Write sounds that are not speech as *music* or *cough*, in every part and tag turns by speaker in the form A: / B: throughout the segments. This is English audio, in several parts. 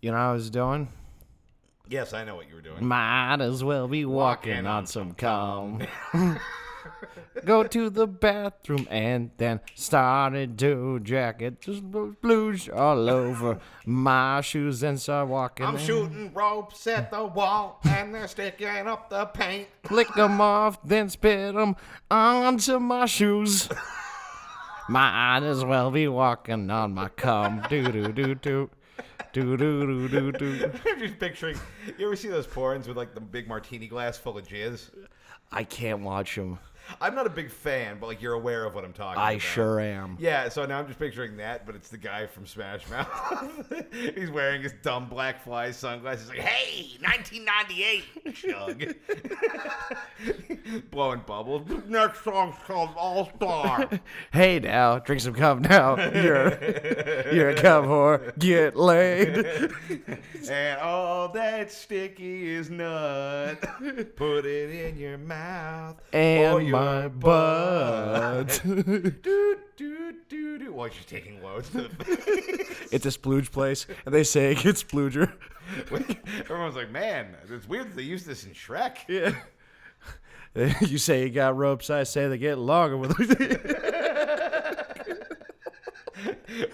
A: You know what I was doing?
B: Yes, I know what you were
A: Mm-hmm.
B: doing.
A: Might as well be walking,
B: Walking
A: on,
B: on
A: some calm. *laughs* Go to the bathroom and then started to jacket. Just blu- blues all over my shoes and start walking.
B: I'm
A: in.
B: shooting ropes at the wall and they're sticking up the paint. *laughs*
A: Lick 'em off, then spit 'em onto my shoes. *laughs* Might as well be walking on my *laughs* cum. Doo doo doo doo. Doo doo doo doo doo.
B: I'm just picturing. You ever see those porns with like the big martini glass full of jizz?
A: I can't watch 'em.
B: I'm not a big fan, but like you're aware of what I'm talking about.
A: I sure am.
B: Yeah, so now I'm just picturing that, but it's the guy from Smash Mouth. *laughs* He's wearing his dumb black fly sunglasses. Like, hey, 1998, chug. *laughs* Blowing bubbles. Next song's called All Star.
A: Hey now, drink some cum now. *laughs* You're you're a cum whore. Get *laughs* laid.
B: and all that sticky is nut.
A: *laughs*
B: Put it in your mouth. or
A: And
B: your
A: my butt. *laughs*
B: Doo, doo, doo, doo. While she's taking loads to the
A: it's a splooge place, and they say it's splooger.
B: Everyone's *laughs* like, man, it's weird that they use this in Shrek.
A: *laughs* Yeah. you say you got ropes. I say they get longer with. *laughs*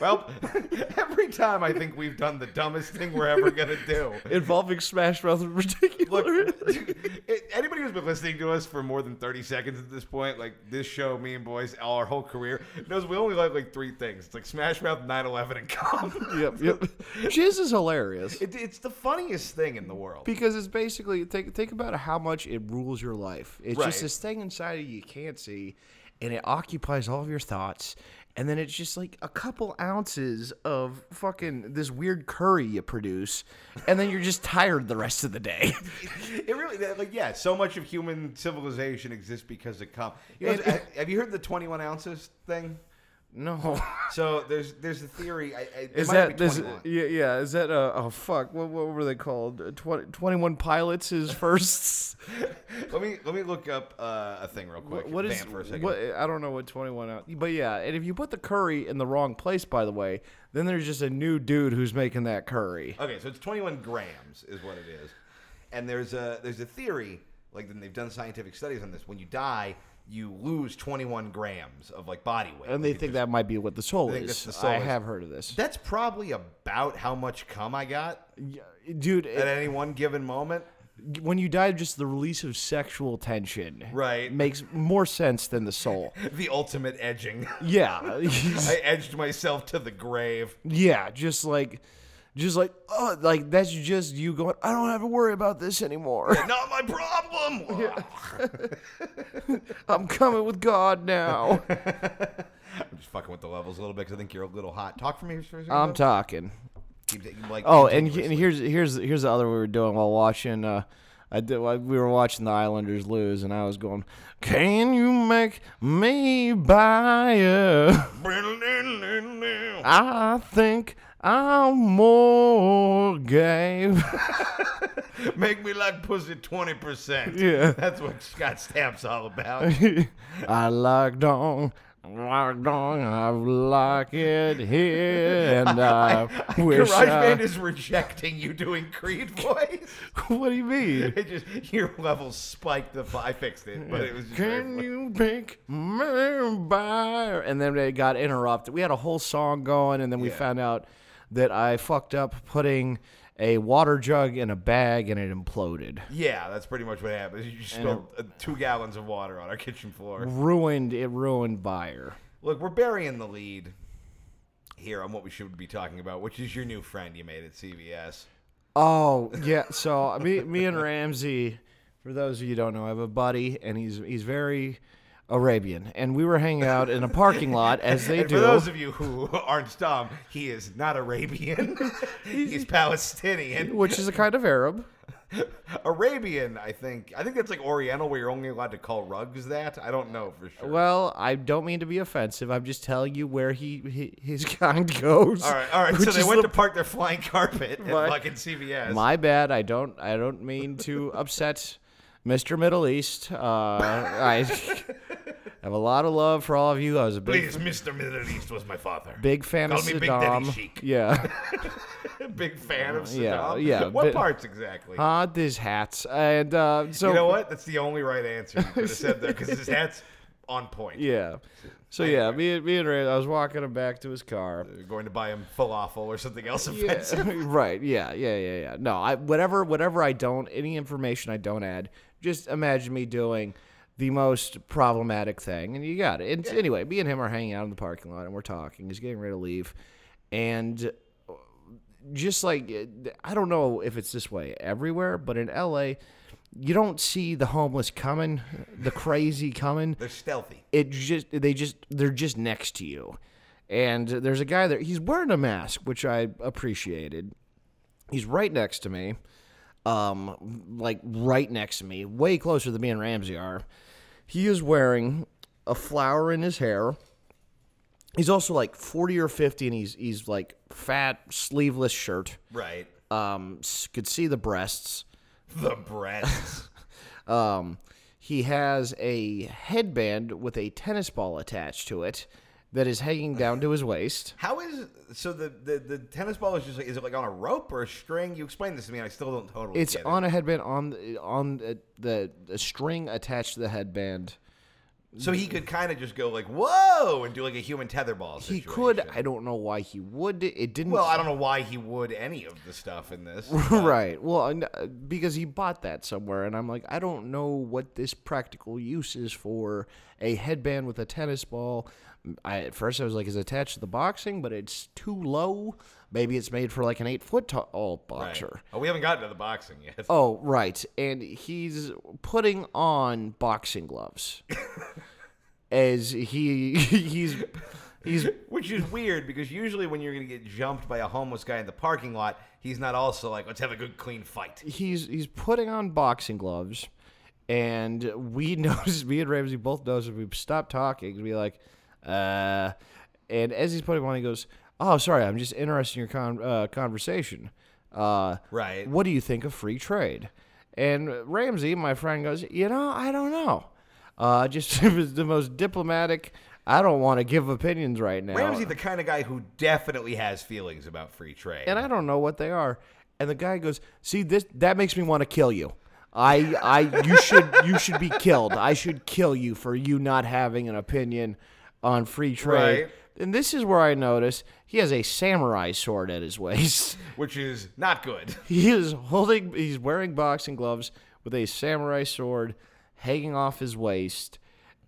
B: Well, *laughs* every time I think we've done the dumbest thing we're ever going to do.
A: involving Smash Mouth in particular.
B: Look, *laughs* anybody who's been listening to us for more than 30 seconds at this point, like this show, me and boys, our whole career, knows we only like like three things. It's like Smash Mouth, 9 11, and *laughs* cum.
A: yep, yep. *laughs* Jizz is hilarious
B: It, it's the funniest thing in the world.
A: because it's basically think think about how much it rules your life. It's
B: Right.
A: just this thing inside of you you can't see, and it occupies all of your thoughts. And then it's just like a couple ounces of fucking this weird curry you produce, and then you're just tired the rest of the
B: *laughs*
A: day.
B: It really, that- like, yeah, so much of human civilization exists because of cum. You know, ha- have you heard the 21 ounces thing?
A: *laughs* no,
B: So there's there's a theory. I, I, it
A: is
B: might
A: that
B: be
A: this?
B: 21.
A: Yeah, yeah. Is that uh, oh fuck? What, what were they called? Uh, 20, 21 pilots
B: *laughs*
A: is first.
B: Let me let me look up uh, a thing real quick.
A: What is
B: Vamp for a second.
A: what? I don't know what twenty one out. But yeah, and if you put the curry in the wrong place, by the way, then there's just a new dude who's making that curry.
B: Okay, so it's 21 grams is what it is, and there's a there's a theory like then they've done scientific studies on this. When you die, you lose 21 grams of like body weight,
A: And they
B: Like, it
A: think
B: just-
A: that might be what the soul
B: think
A: is.
B: that's the soul
A: I
B: is.
A: have heard of this,
B: that's probably about how much cum I got
A: Yeah, dude.
B: at
A: It,
B: any one given moment.
A: when you die, just the release of sexual tension,
B: Right.
A: makes more sense than the soul.
B: *laughs* The ultimate edging. *laughs*
A: yeah, *laughs*
B: I edged myself to the grave.
A: yeah. Just like, just like, oh, like that's just you going. I don't have to worry about this
B: *laughs*
A: anymore.
B: Not
A: *laughs*
B: my problem.
A: I'm coming with God
B: *laughs*
A: now.
B: I'm just fucking with the levels a little bit because I think you're a little hot. Talk for me for a second.
A: I'm
B: though.
A: talking.
B: Keep that- you, like,
A: Um, Oh, and, he- and
B: continuously.
A: here's here's here's the other we were doing while watching. Uh, I did. I- We were watching the Islanders lose, and I was going, "Can you make me buy you? *laughs* I think I'm more gay."
B: *laughs*
A: *laughs*
B: Make me like pussy twenty
A: *laughs*
B: percent.
A: Yeah.
B: that's what Scott Stamp's all about.
A: *laughs* I like dong. Like dong, I like it here, and I, wish uh, I.
B: GarageBand is rejecting you doing Creed voice.
A: *laughs* what do you mean?
B: It just your levels spiked. The fi- I fixed it, but it was just very
A: Can
B: funny.
A: you pick me by? And then they got interrupted. We had a whole song going, and then we
B: Yeah.
A: found out that I fucked up putting a water jug in a bag, and it imploded.
B: yeah, that's pretty much what happened. You just spilled uh, two gallons of water on our kitchen floor.
A: Ruined it. Ruined buyer.
B: Look, we're burying the lead here on what we should be talking about, which is your new friend you made at CVS.
A: Oh yeah. *laughs* So me, me and Ramsey, for those of you who don't know, I have a buddy, and he's he's very Arabian, and we were hanging out in a parking lot as they
B: And
A: do.
B: *laughs* for those of you who *laughs* aren't dumb, he is not Arabian.
A: *laughs*
B: He's Palestinian.
A: which is a kind of Arab.
B: Arabian, I think. I think that's like Oriental, where you're only allowed to call rugs that. I don't know for sure.
A: Well, I don't mean to be offensive. I'm just telling you where he, he his *laughs* kind goes.
B: all right, all right.
A: which
B: So they
A: is
B: went
A: the-
B: to park their flying carpet at
A: My-
B: fucking CVS.
A: My bad. I don't. I don't mean
B: *laughs*
A: to upset Mr. Middle East. Uh,
B: *laughs*
A: I have a lot of love for all of you. I was a big
B: Please, Mr. Middle East was my father.
A: big fan
B: Call
A: of
B: me Big
A: Saddam. *laughs*
B: Daddy Sheik.
A: Yeah,
B: *laughs* big fan of Saddam.
A: Yeah, yeah,
B: What
A: but-
B: parts exactly?
A: Ah, these hats. And uh, so
B: you know what? That's the only right answer you could have said there because
A: *laughs*
B: his hat's on point.
A: Yeah. So yeah, me and me and Rand, I was walking him back to his car.
B: You're going to buy him falafel or something else
A: Yeah. *laughs*
B: offensive.
A: right. Yeah. Yeah. Yeah. Yeah. No. I whatever whatever I don't any information I don't add. Just imagine me doing the most problematic thing, and you got it. And anyway, me and him are hanging out in the parking lot, and we're talking. He's getting ready to leave, and uh, just like I don't know if it's this way everywhere, but in LA, you don't see the homeless coming, the crazy coming
B: They're stealthy.
A: it just they just they're just next to you and there's a guy there he's wearing a mask which i appreciated he's right next to me um like right next to me way closer than me and ramsey are he is wearing a flower in his hair he's also like 40 or 50 and he's he's like fat sleeveless shirt
B: Right.
A: um s- could see the breasts
B: The breasts.
A: um, he has a headband with a tennis ball attached to it that is hanging down to his
B: *laughs*
A: waist.
B: How is so the, the the tennis ball is just like is it like on a rope or a string? You explained this to me and I still don't totally
A: It's
B: get it.
A: on a headband on the, on the, the, the string attached to the headband.
B: So he could kind of just go like whoa and do like a human tetherball
A: He
B: situation.
A: could. I don't know why he would. It didn't.
B: Well, I don't know why he would any of the stuff
A: *laughs*
B: in this.
A: right. Well, I kn- because he bought that somewhere, and I'm like, I don't know what this practical use is for a headband with a tennis ball. I, at first, I was like, is it attached to the boxing, but it's too low. Maybe it's made for like an eight foot tall
B: Right.
A: boxer.
B: Oh, we haven't gotten to the boxing yet.
A: Oh, right. And he's putting on boxing gloves. as he *laughs* he's he's
B: Which is weird because usually when you're going to get jumped by a homeless guy in the parking lot, he's not also like, let's have a good clean fight.
A: he's he's putting on boxing gloves and we *laughs* noticed me and Ramsey both noticed we stopped talking and be like, uh and as he's putting them on he goes, Oh, sorry, I'm just interested in your con- uh, conversation. Uh
B: Right.
A: what do you think of free trade? And Ramsey, my friend, goes, you know, I don't know. Uh, just *laughs* it was the most diplomatic. I don't want to give opinions right now.
B: Ramsey, the kind of guy who definitely has feelings about free trade.
A: and I don't know what they are. And the guy goes, see this that makes me want to kill you. I I you should you should be killed. I should kill you for you not having an opinion on free trade.
B: Right.
A: And this is where I notice he has a samurai sword at his waist. *laughs*
B: which is not good. *laughs*
A: He is holding. He's wearing boxing gloves with a samurai sword hanging off his waist,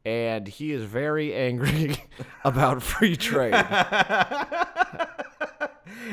A: and he is very angry *laughs* about free trade.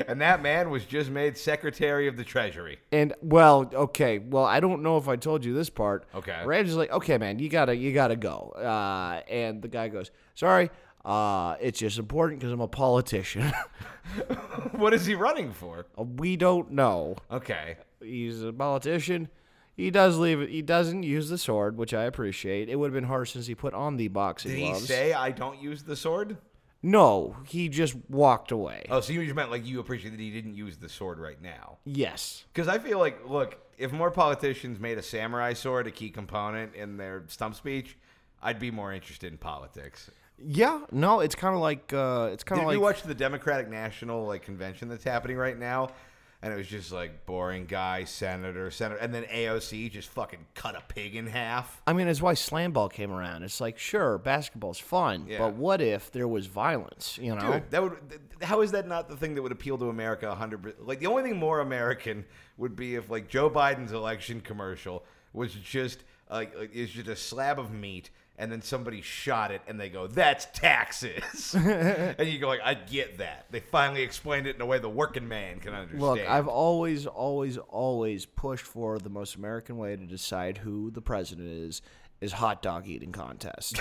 B: And that man was just made Secretary of the Treasury. *laughs*
A: and well, okay, well, I don't know if I told you this part.
B: Okay.
A: Ramsey's like, okay, man, you gotta, you gotta go. Uh, and the guy goes, sorry, uh, it's just important because I'm a politician. *laughs* Uh,
B: what is he running for?
A: we don't know.
B: Okay.
A: he's a politician. He does leave. He doesn't use the sword, which I appreciate. It would have been hard since he put on the boxing
B: Did he
A: gloves.
B: say, I don't use the sword?
A: no, he just walked away.
B: Oh, so you just meant like you appreciate that he didn't use the sword right now.
A: yes,
B: Because I feel like, look, if more politicians made a samurai sword a key component in their stump speech, I'd be more interested in politics.
A: yeah, no, it's kind of like uh, it's kind
B: Did
A: of
B: you
A: like
B: watch the Democratic National like convention that's happening right now? And it was just like boring guy, senator, senator, and then AOC just fucking cut a pig in half.
A: I mean, it's why slam ball came around. It's like sure, basketball's fun,
B: Yeah.
A: but what if there was violence? You know,
B: Dude, that would. th- How is that not the thing that would appeal to America? Hundred. percent Like the only thing more American would be if like Joe Biden's election commercial was just like like, is just a slab of meat, and then somebody shot it, and they go, "That's
A: *laughs*
B: taxes," and you go like, "I get that." They finally explained it in a way the working man can understand.
A: Look, I've always, always, always pushed for the most American way to decide who the president is is hot dog eating
B: *laughs*
A: contest.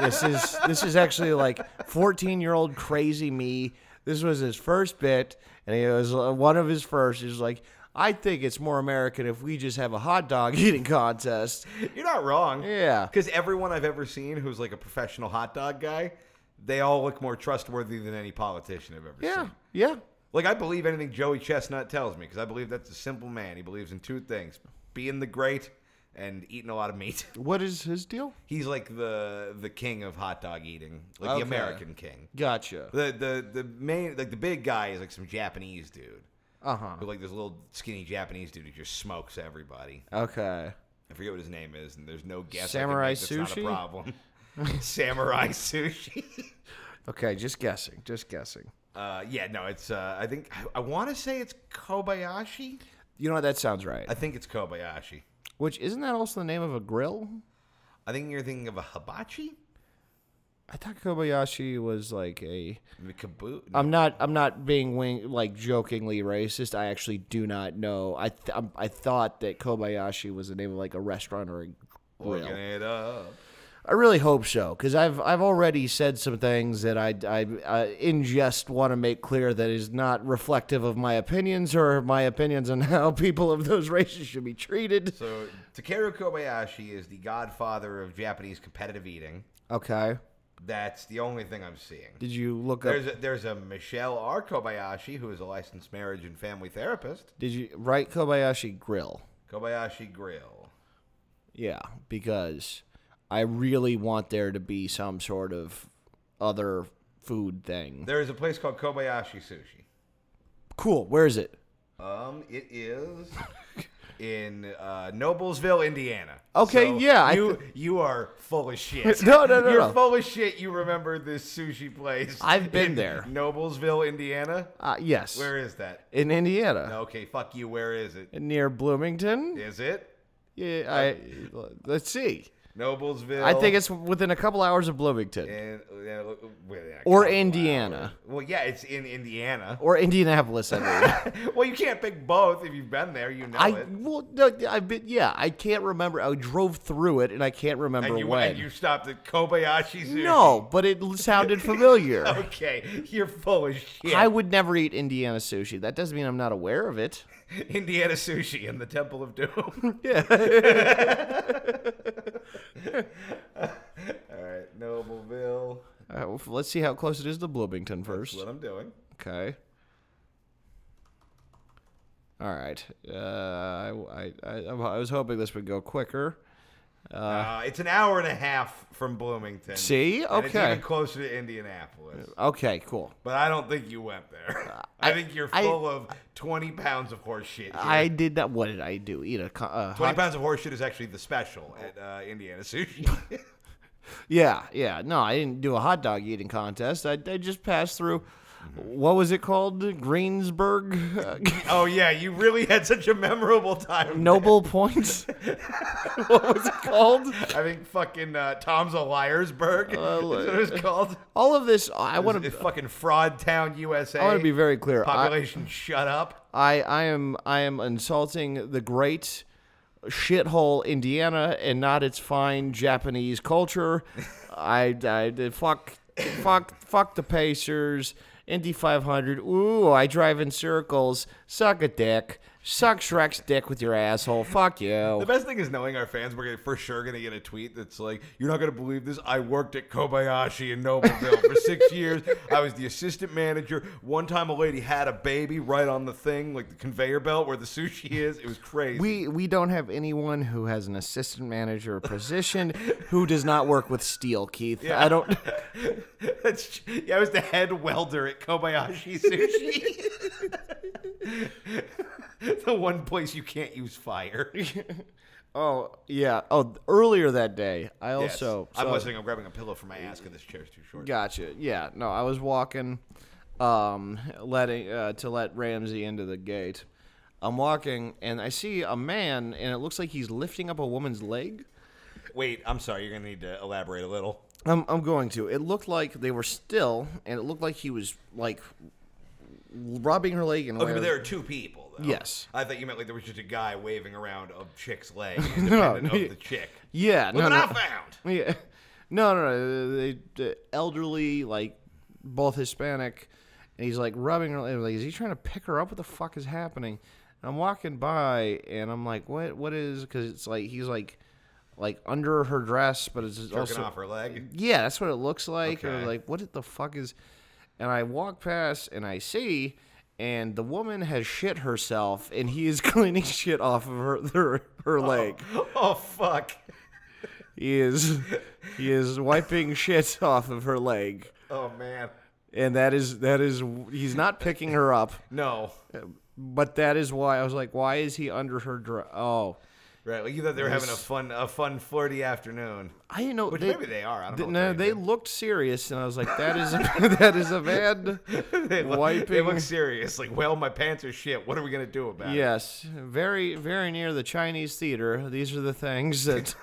A: this is this is actually like 14 year old crazy me. This was his first bit, and it was uh, one of his first. He was like, "I think it's more American if we just have a hot dog *laughs* eating contest."
B: You're not wrong.
A: Yeah.
B: Because everyone I've ever seen who's like a professional hot dog guy, they all look more trustworthy than any politician I've ever
A: Yeah,
B: seen.
A: yeah.
B: Like, I believe anything Joey Chestnut tells me because I believe that's a simple man. He believes in two things being the great and eating a lot of meat. *laughs*
A: What is his deal?
B: He's like the the king of hot dog eating, like
A: Okay.
B: the American king.
A: Gotcha.
B: The, the the main like the big guy is like some Japanese dude. uh-huh. who like this little skinny Japanese dude who just smokes everybody.
A: Okay.
B: I forget what his name is, and there's no guess.
A: Samurai
B: I can make that's
A: Sushi?
B: Not
A: *laughs*
B: a problem. *laughs* Samurai sushi. *laughs*
A: Okay, just guessing. Just guessing.
B: Uh, yeah, no, it's. Uh, I think I, I want to say it's Kobayashi.
A: You know what? That sounds right.
B: I think it's Kobayashi.
A: Which isn't that also the name of a grill?
B: I think you're thinking of a hibachi.
A: I thought Kobayashi was like a.
B: Maybe kabu- no.
A: I'm not. I'm not being wing, like jokingly racist. I actually do not know. I th- I'm, I thought that Kobayashi was the name of like a restaurant or a grill.
B: Looking it up.
A: I really hope so, because I've I've already said some things that I I, I in jest want to make clear that is not reflective of my opinions or my opinions on how *laughs* people of those races should be treated.
B: So Takeru Kobayashi is the godfather of Japanese competitive eating.
A: Okay.
B: That's the only thing I'm seeing.
A: Did you look up?
B: There's a, there's a Michelle R. Kobayashi who is a licensed marriage and family therapist.
A: Did you write Kobayashi Grill?
B: Kobayashi Grill.
A: Yeah, because I really want there to be some sort of other food thing.
B: There is a place called Kobayashi Sushi.
A: Cool. Where is it?
B: Um, it is in uh, Noblesville, Indiana.
A: Okay, yeah, I
B: you you are full of shit.
A: *laughs* No, no, no,
B: You're
A: no.
B: full of shit. You remember this sushi place?
A: *laughs* I've been
B: in
A: there.
B: Noblesville, Indiana.
A: Uh, yes,
B: Where is that?
A: in Indiana,
B: Okay, fuck you. Where is it?
A: near Bloomington.
B: Is it
A: Yeah, I let's see.
B: Noblesville?
A: I think it's within a couple hours of Bloomington
B: in, uh, within a
A: or
B: couple
A: Indiana
B: hours. Well, yeah, it's in Indiana. *laughs*
A: or Indianapolis. I mean.
B: well, you can't pick both if you've been there. You know
A: I
B: it.
A: well, no, I've been yeah. I can't remember. I drove through it and I can't remember
B: And you,
A: when.
B: and you stopped at Kobayashi Sushi.
A: no, but it l- sounded familiar.
B: *laughs* Okay, you're full of shit.
A: I would never eat Indiana sushi. That doesn't mean I'm not aware of it.
B: *laughs* Indiana sushi in the Temple of *laughs* Doom.
A: *laughs* Yeah.
B: All right, Nobleville.
A: let's see how close it is to Bloomington
B: That's
A: first.
B: what I'm doing.
A: Okay. All right. Uh, I, I, I, I was hoping this would go quicker.
B: Uh, it's an hour and a half from Bloomington.
A: See?
B: And it's
A: Okay.
B: even closer to Indianapolis.
A: Okay, cool.
B: But I don't think you went there. *laughs* I,
A: I-
B: think you're
A: Uh, I-
B: full of 20 pounds of horse shit. here.
A: I did that. What did I do? Eat a, co- a
B: 20
A: hot,
B: pounds of horse shit is actually the special at uh, Indiana Sushi.
A: *laughs*
B: *laughs*
A: yeah, yeah. No, I didn't do a hot dog eating contest. I, I just passed through.
B: Mm-hmm.
A: What was it called? Greensburg, Uh, *laughs*
B: oh, yeah, you really had such a memorable time.
A: Noble
B: *laughs*
A: Point. *laughs* what was it called?
B: I think fucking uh, Tom's a Liarsburg
A: Uh,
B: *laughs* is what it was called.
A: All of this. I want
B: *laughs* It's
A: to.
B: fucking fraud town USA.
A: I want to be very clear. I-
B: population shut up.
A: I, I am I am insulting the great shithole Indiana and not its fine Japanese culture. I, I fuck fuck fuck the Pacers. Indy 500. Ooh, I drive in circles. Suck a dick. Suck Shrek's dick with your asshole. Fuck
B: The
A: you.
B: best thing is knowing our fans. We're gonna, for sure going to get a tweet that's like, "You're not going to believe this. I worked at Kobayashi in Nobleville for *laughs* six years. I was the assistant manager. One time, a lady had a baby right on the thing, like the conveyor belt where the sushi is. It was crazy.
A: We we don't have anyone who has an assistant manager position who does not work with steel, Keith. I don't.
B: *laughs* that's yeah, I was the head welder at *laughs* Kobayashi Sushi. the one place you can't use *laughs* fire.
A: Oh yeah. Oh, earlier that day, I
B: Yes.
A: also
B: I'm
A: so-
B: listening. I'm grabbing a pillow for my ass because this chair's too short.
A: Gotcha. Yeah. No, I was walking, um, letting uh, to let Ramsey into the gate. I'm walking and I see a man, and it looks like he's lifting up a woman's leg.
B: Wait, I'm sorry. You're going to need to elaborate a little.
A: I'm, I'm going to. It looked like they were still, and it looked like he was like rubbing her leg. And
B: Okay, but there are two people. Though.
A: Yes.
B: I thought you meant like there was just a guy waving around a chick's
A: *laughs*
B: leg,
A: No,
B: independent
A: yeah.
B: of the chick.
A: yeah.
B: Look
A: no,
B: what
A: no.
B: I found.
A: *laughs* Yeah. No, no, no. They, the elderly, like both Hispanic, and he's like rubbing her. Like, is he trying to pick her up? What the fuck is happening? And I'm walking by, and I'm like, what? What is? Because it's like he's like, like under her dress, but it's
B: Jerking
A: also
B: off her leg. *laughs*
A: yeah, that's what it looks like. Or
B: Okay.
A: like, what the fuck is? And I walk past and I see, and the woman has shit herself, and he is *laughs* cleaning shit off of her her, her leg.
B: Oh fuck.
A: He is he is wiping shit off of her leg.
B: Oh man.
A: And that is that is he's not picking her up.
B: No.
A: But that is why I was like, why is he under her dress? Oh,
B: Right, like you thought they were having a fun, a fun flirty afternoon. *laughs*
A: I didn't know.
B: Which
A: they-
B: maybe they are. I don't
A: th-
B: know.
A: No,
B: what
A: they looked serious, and I was like, that is a, *laughs* that is a
B: *laughs*
A: bad
B: they look-
A: wiping.
B: They look serious. Like, well, my pants are shit. What are we gonna do about it?
A: Yes, very very near the Chinese theater. These are the things
B: *laughs*
A: that.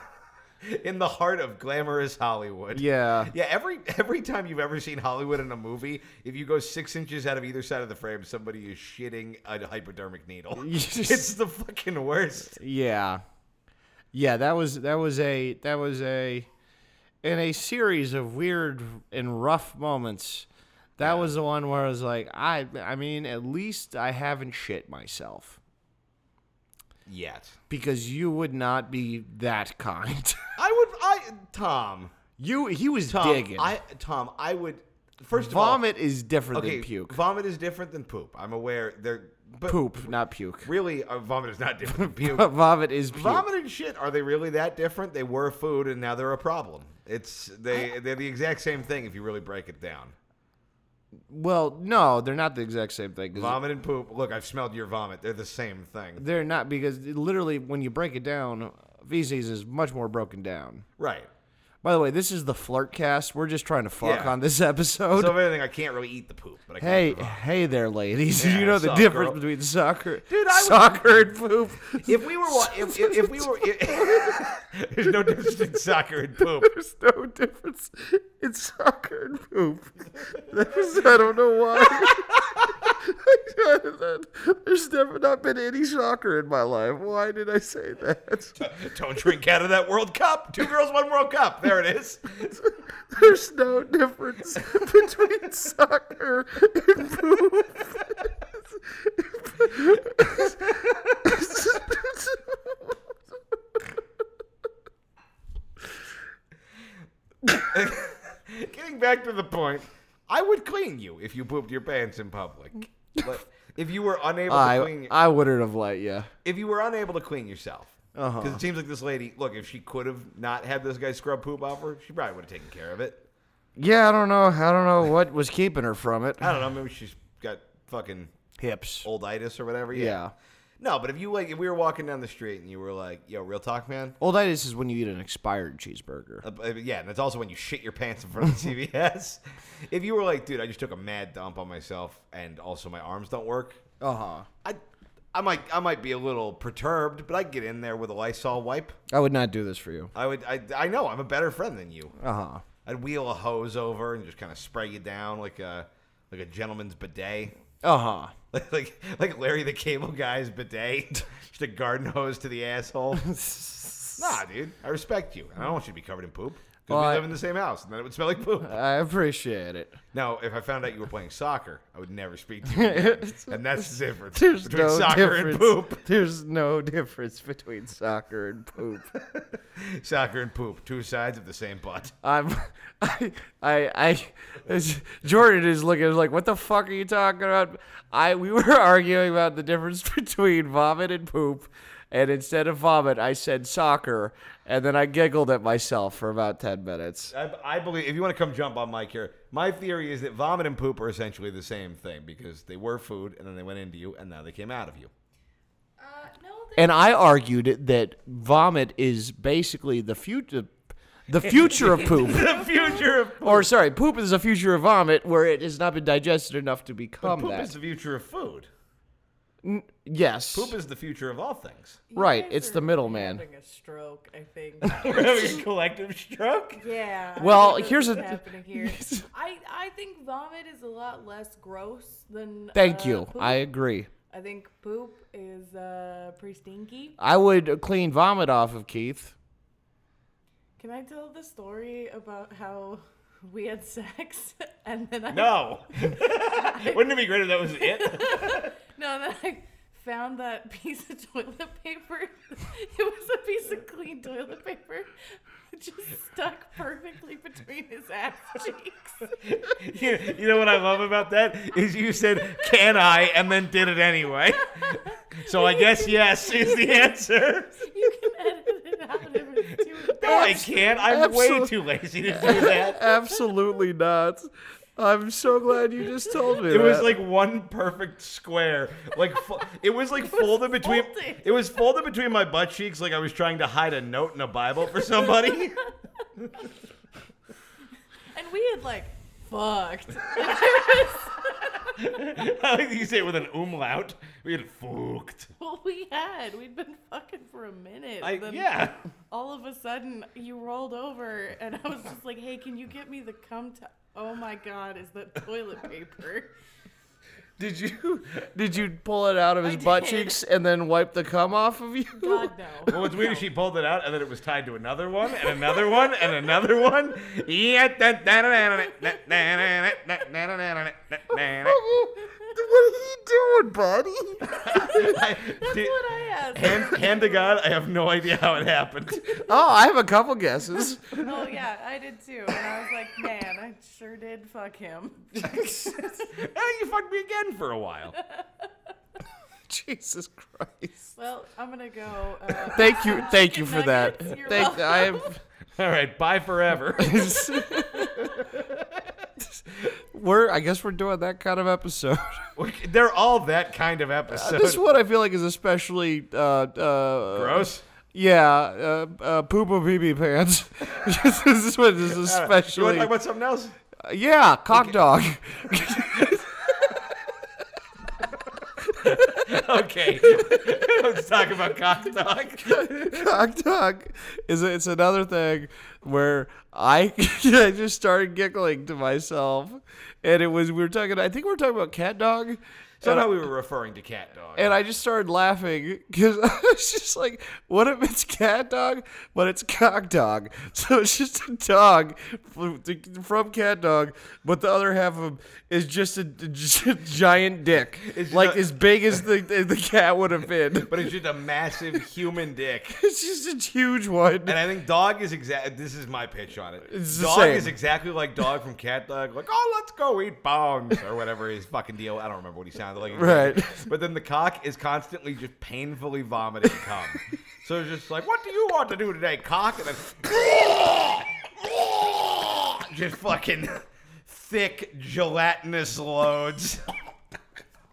B: in the heart of glamorous Hollywood.
A: Yeah. *laughs*
B: Yeah, every every time you've ever seen Hollywood in a movie, if you go six inches out of either side of the frame, somebody is shitting a hypodermic needle. it's the fucking worst.
A: Yeah. Yeah, that was that was a that was a in a series of weird and rough moments. That was the one where I was like, I I mean, at least I haven't shit myself
B: Yet.
A: because you would not be that kind. *laughs*
B: I would I Tom.
A: you he was
B: Tom,
A: digging.
B: I Tom, I would first of all
A: Vomit is different
B: okay,
A: than puke.
B: Vomit is different than poop. I'm aware they're but
A: Poop, not puke.
B: Really, uh, vomit is not different *laughs* than puke.
A: *laughs* Vomit is puke.
B: Vomit and shit, are they really that different? They were food and now they're a problem. It's they they're the exact same thing if you really break it down.
A: Well, no, they're not the exact same thing. 'cause
B: Vomit and poop. Look, I've smelled your vomit. They're the same thing.
A: They're not because literally when you break it down, feces is much more broken down.
B: Right.
A: By the way, this is the flirt cast. We're just trying to fuck
B: Yeah.
A: on this episode.
B: So if anything, I can't really eat the poop, but I can
A: hey,
B: eat the vomit.
A: hey there, ladies. *laughs*
B: Yeah,
A: you know the
B: sup,
A: difference
B: girl.
A: between soccer,
B: Dude, I was-
A: soccer *laughs* and poop.
B: If we were, *laughs* wa- if, if, if we were, if, *laughs* there's no difference between soccer and poop.
A: There's no difference. It's soccer and poop. There's, I don't know why. *laughs* There's never not been any soccer in my life. Why did I say that?
B: Don't drink out of that World Cup. Two girls, one World Cup. There it is. *laughs*
A: There's no difference *laughs* between soccer and poop.
B: Getting back to the point, I would clean you if you pooped your pants in public. But if you were unable to clean,
A: I, I wouldn't have let you.
B: if you were unable to clean yourself,
A: Uh-huh.
B: because it seems like this lady, look, if she could have not had this guy scrub poop off her, she probably would have taken care of it.
A: Yeah, I don't know. I don't know what was keeping her from it.
B: I don't know. Maybe she's got fucking
A: Hips.
B: old itis or whatever. Yeah.
A: Yeah.
B: No, but if you like, if we were walking down the street and you were like, "Yo, real talk, man."
A: Old itis is when you eat an expired cheeseburger.
B: Uh, uh, yeah, and that's also when you shit your pants in
A: *laughs*
B: front of CVS. if you were like, "Dude, I just took a mad dump on myself, and also my arms don't work,"
A: Uh huh.
B: I, I might, I might be a little perturbed, but I'd get in there with a Lysol wipe.
A: I would not do this for you.
B: I would, I, I know I'm a better friend than you.
A: Uh huh.
B: I'd wheel a hose over and just kind of spray you down like a, like a gentleman's bidet. *laughs*
A: Uh huh.
B: Like, like like Larry the Cable Guy's bidet, *laughs* just a garden hose to the
A: *laughs*
B: asshole. nah, dude, I respect you. and I don't want you to be covered in poop because
A: Well,
B: we
A: I-
B: live in the same house, and then it would smell like poop.
A: *laughs* I appreciate it.
B: Now, if I found out you were playing soccer, I would never speak
A: *laughs*
B: to you, again. and that's the difference
A: There's
B: between
A: no
B: soccer
A: difference.
B: and poop.
A: There's no difference between soccer and poop.
B: Soccer and poop, two sides of the same butt.
A: I'm, *laughs* I, I, I it's- Jordan is looking like, what the fuck are you talking about? I, we *laughs* were arguing about the difference *laughs* between vomit and poop, and instead of vomit, I said soccer, and then I giggled at myself for about ten minutes.
B: I, I believe if you want to come jump on Mike here, my theory is that vomit and poop are essentially the same thing because they were food and then they went into you and now they came out
A: *laughs*
B: of you.
C: Uh, no, they
A: And I argued that vomit is basically the future, the future
B: *laughs*
A: of poop.
B: The future of
A: Or sorry, poop is the future of vomit, where it has not been digested enough to become
B: poop
A: that.
B: is the future of food.
A: yes,
B: Poop is the future of all things.
C: You
A: Right,
C: guys
A: it's the
C: are
A: middleman.
C: Having a stroke, I think.
B: *laughs* We're having a collective stroke.
C: *laughs* yeah. I
A: Well,
C: think that's
A: here's
C: what's
A: a- *laughs*
C: happening here. I I think vomit is a lot less gross than.
A: Thank
C: uh,
A: you.
C: poop.
A: I agree.
C: I think poop is uh, pretty stinky.
A: I would clean vomit off of Keith.
C: Can I tell the story about how *laughs* we had sex *laughs* and then I
B: No. *laughs* Wouldn't it be great if that was it?
C: No, then I found that *laughs* piece of toilet paper. *laughs* it was a piece of clean toilet paper, *laughs* just stuck perfectly between his ass *laughs* cheeks.
B: *laughs* You, you know what I love about that is you said, "Can I?" and then did it anyway. *laughs* So I guess yes is the answer.
C: *laughs* You can edit it out if it's too
B: No, I
C: bad.
B: can't. I'm way
A: Absol-
B: too lazy to do
A: *laughs*
B: that.
A: Absolutely not. I'm so glad you just told me.
B: It was
A: that.
B: like one perfect square. Like fo- it was like folded between.
C: folded.
B: It was folded between my butt cheeks, like I was trying to hide a note in a Bible for somebody. *laughs*
C: And we had like fucked. *laughs*
B: I like that you say it with an umlaut. We had fucked.
C: well, we had. We'd been fucking for a minute.
B: I,
C: and then
B: yeah.
C: All of a sudden, you rolled over, and I was just like, "Hey, can you get me the cum?" To- oh my god, is that toilet paper?
A: Did you did you pull it out of his butt
C: did.
A: cheeks and then wipe the cum off of you?
C: *laughs* *laughs* God no.
B: Well, what's weird is she pulled it out, and then it was tied to another one, and another one, and another one. Yeah, da- da- da- da- da- da- da- da- da- da- da- da- da- da-
A: *laughs* what are you doing, buddy?
B: I-
C: That's
B: did-
C: what I
B: *laughs*
C: asked.
B: Hand, hand to God, I have no idea how it happened. *laughs*
A: Oh, I have a couple guesses. *laughs*
C: Oh yeah, I did too. And I was like, man, I sure did fuck him.
B: *laughs* Oh, you fucked me again for a while.
A: Jesus Christ.
C: Well, I'm gonna go. Uh,
A: Thank you, thank you for
C: Chicken
A: that.
C: nuggets, you're
A: Thank I have.
B: All right, bye forever. *laughs*
A: *laughs* we're I guess we're doing that kind of episode.
B: They're all that kind of episode.
A: this one I feel like is especially uh, uh,
B: Gross.
A: Yeah, uh, uh, poop or pee pee pants. *laughs* this is what this is
B: All right, You
A: especially.
B: want
A: Uh,
B: to talk about something
A: *laughs*
B: else?
A: yeah, cock dog. *laughs*
B: Okay. *laughs* Let's talk about cock
A: *laughs*
B: talk.
A: cock dog is a, it's another thing where I *laughs* I just started giggling to myself, and it was we were talking. I think we were talking about cat dog. and I-
B: Somehow we were referring to cat dog.
A: and I just started laughing because *laughs* I was just like, what if it's cat dog, but it's cock dog? *laughs* So it's just a dog fr- from cat dog, but the other half of him is just a, *laughs* just a giant dick,
B: It's
A: like
B: not-
A: as big as the, the cat would have
B: *laughs*
A: been. *laughs*
B: but it's just a massive human dick.
A: It's just a huge *laughs* one.
B: And I think dog is exact. This is my pitch on it.
A: It's the
B: dog
A: same.
B: is exactly like dog from Cat Dog. Like, oh, let's go eat bongs or whatever his fucking deal. I don't remember what he sounded like. exactly. *laughs* But then the cock is constantly just painfully vomiting
A: *laughs*
B: cum. so it's just like, what do you want to do today, cock? And then *laughs* just fucking thick gelatinous loads.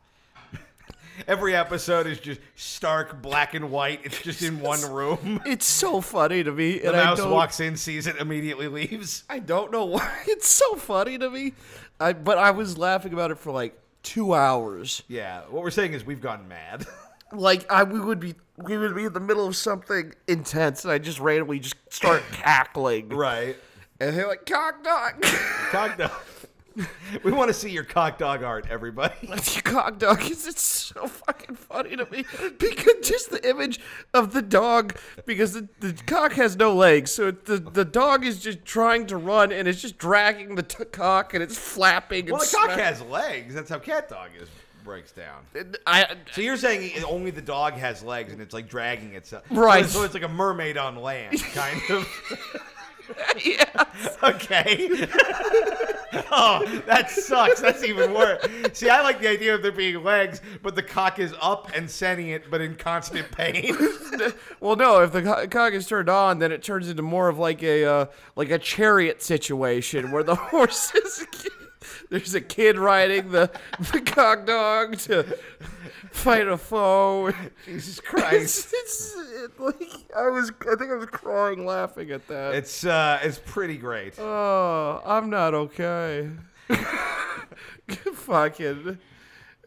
B: *laughs* Every episode is just stark black and white. It's just in one room.
A: It's so funny to me.
B: The
A: and I
B: mouse
A: don't,
B: walks in, sees it, immediately leaves.
A: I don't know why. *laughs* It's so funny to me. I, but I was laughing about it for like two hours.
B: Yeah, what we're saying is we've gone *laughs* mad.
A: like I we would be we would be in the middle of something intense and I just randomly just
B: *coughs*
A: start cackling.
B: right.
A: And they're like, cock dog
B: Cock dog. *laughs* we want to see your cock dog art, everybody.
A: *laughs* cock dog is it's so fucking funny to me. Because just the image of the dog because the, the cock has no legs, so it, the, the dog is just trying to run and it's just dragging the t- cock and it's flapping and
B: *laughs* Well, the cock
A: smack-
B: has legs. That's how cat dog is breaks down.
A: and *laughs* I
B: So you're saying only the dog has legs, and it's like dragging itself.
A: Right.
B: So it's like a mermaid on land, *laughs* kind of.
A: yeah.
B: Okay. *laughs* oh, that sucks. That's even worse. See, I like the idea of there being legs, but the cock is up and sentient, but in constant pain. *laughs*
A: *laughs* Well, no. If the co- cog is turned on, then it turns into more of like a uh, like a chariot situation where the *laughs* horse is. There's a kid riding the the cog dog to fight a foe.
B: Jesus
A: It's, it's it, like I was. I think I was crying laughing at that.
B: It's uh, it's pretty great.
A: oh, I'm not okay. *laughs* Fucking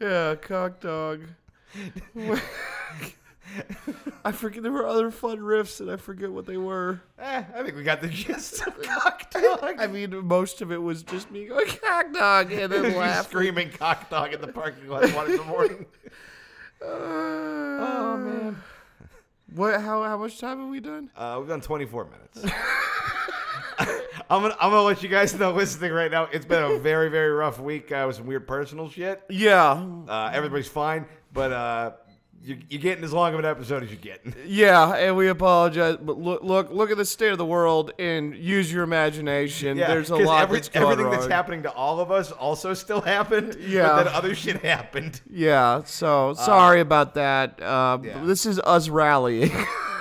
A: yeah, cock dog. *laughs* I forget there were other fun riffs and I forget what they were.
B: Eh, I think we got the
A: *laughs*
B: gist of cock dog.
A: I mean, most of it was just me going cock dog and *laughs* then
B: You
A: laughing.
B: screaming cock dog in the parking lot at one in
A: *laughs*
B: the morning.
A: oh man, what? How how much time have we done?
B: Uh, we've done 24
A: *laughs*
B: minutes. I'm gonna, I'm gonna let you guys know listening right now. It's been a very very rough week uh, with some weird personal shit.
A: Yeah,
B: Uh, everybody's fine, but uh, you, you're getting as long of an episode as you get.
A: yeah, and we apologize, but look look look at the state of the world and use your imagination. There's a
B: 'cause
A: lot
B: every-
A: that's going
B: everything
A: wrong.
B: that's happening to all of us also still happened.
A: Yeah.
B: but then other shit happened.
A: yeah, so sorry about that. Uh,
B: Uh, yeah.
A: This is us rallying. *laughs*
B: *laughs*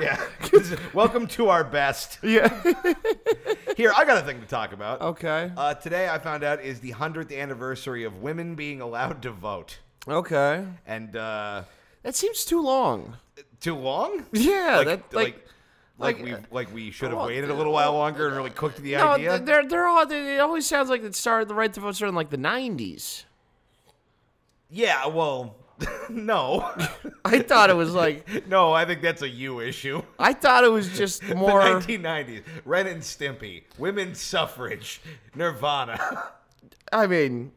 B: Yeah, This is- welcome to our best.
A: yeah,
B: Here, I got a thing to talk about.
A: Okay.
B: Uh, today, I found out is the hundredth anniversary of women being allowed to vote,
A: Okay.
B: and uh,
A: That seems too long.
B: too long.
A: Yeah,
B: like,
A: that *laughs* like.
B: like, like,
A: like,
B: we
A: uh, like,
B: like we should have
A: well,
B: waited a
A: uh,
B: little while longer and really cooked
A: *laughs*
B: the
A: no,
B: idea.
A: th- they're they're all. They, it always sounds like it started the right to vote started in like the nineties.
B: yeah, well, *laughs* no, *laughs*
A: I thought it was like
B: no, I think that's a you issue. *laughs*
A: I thought it was just more.
B: the 1990s, Ren and Stimpy, women's suffrage, Nirvana. *laughs*
A: I mean,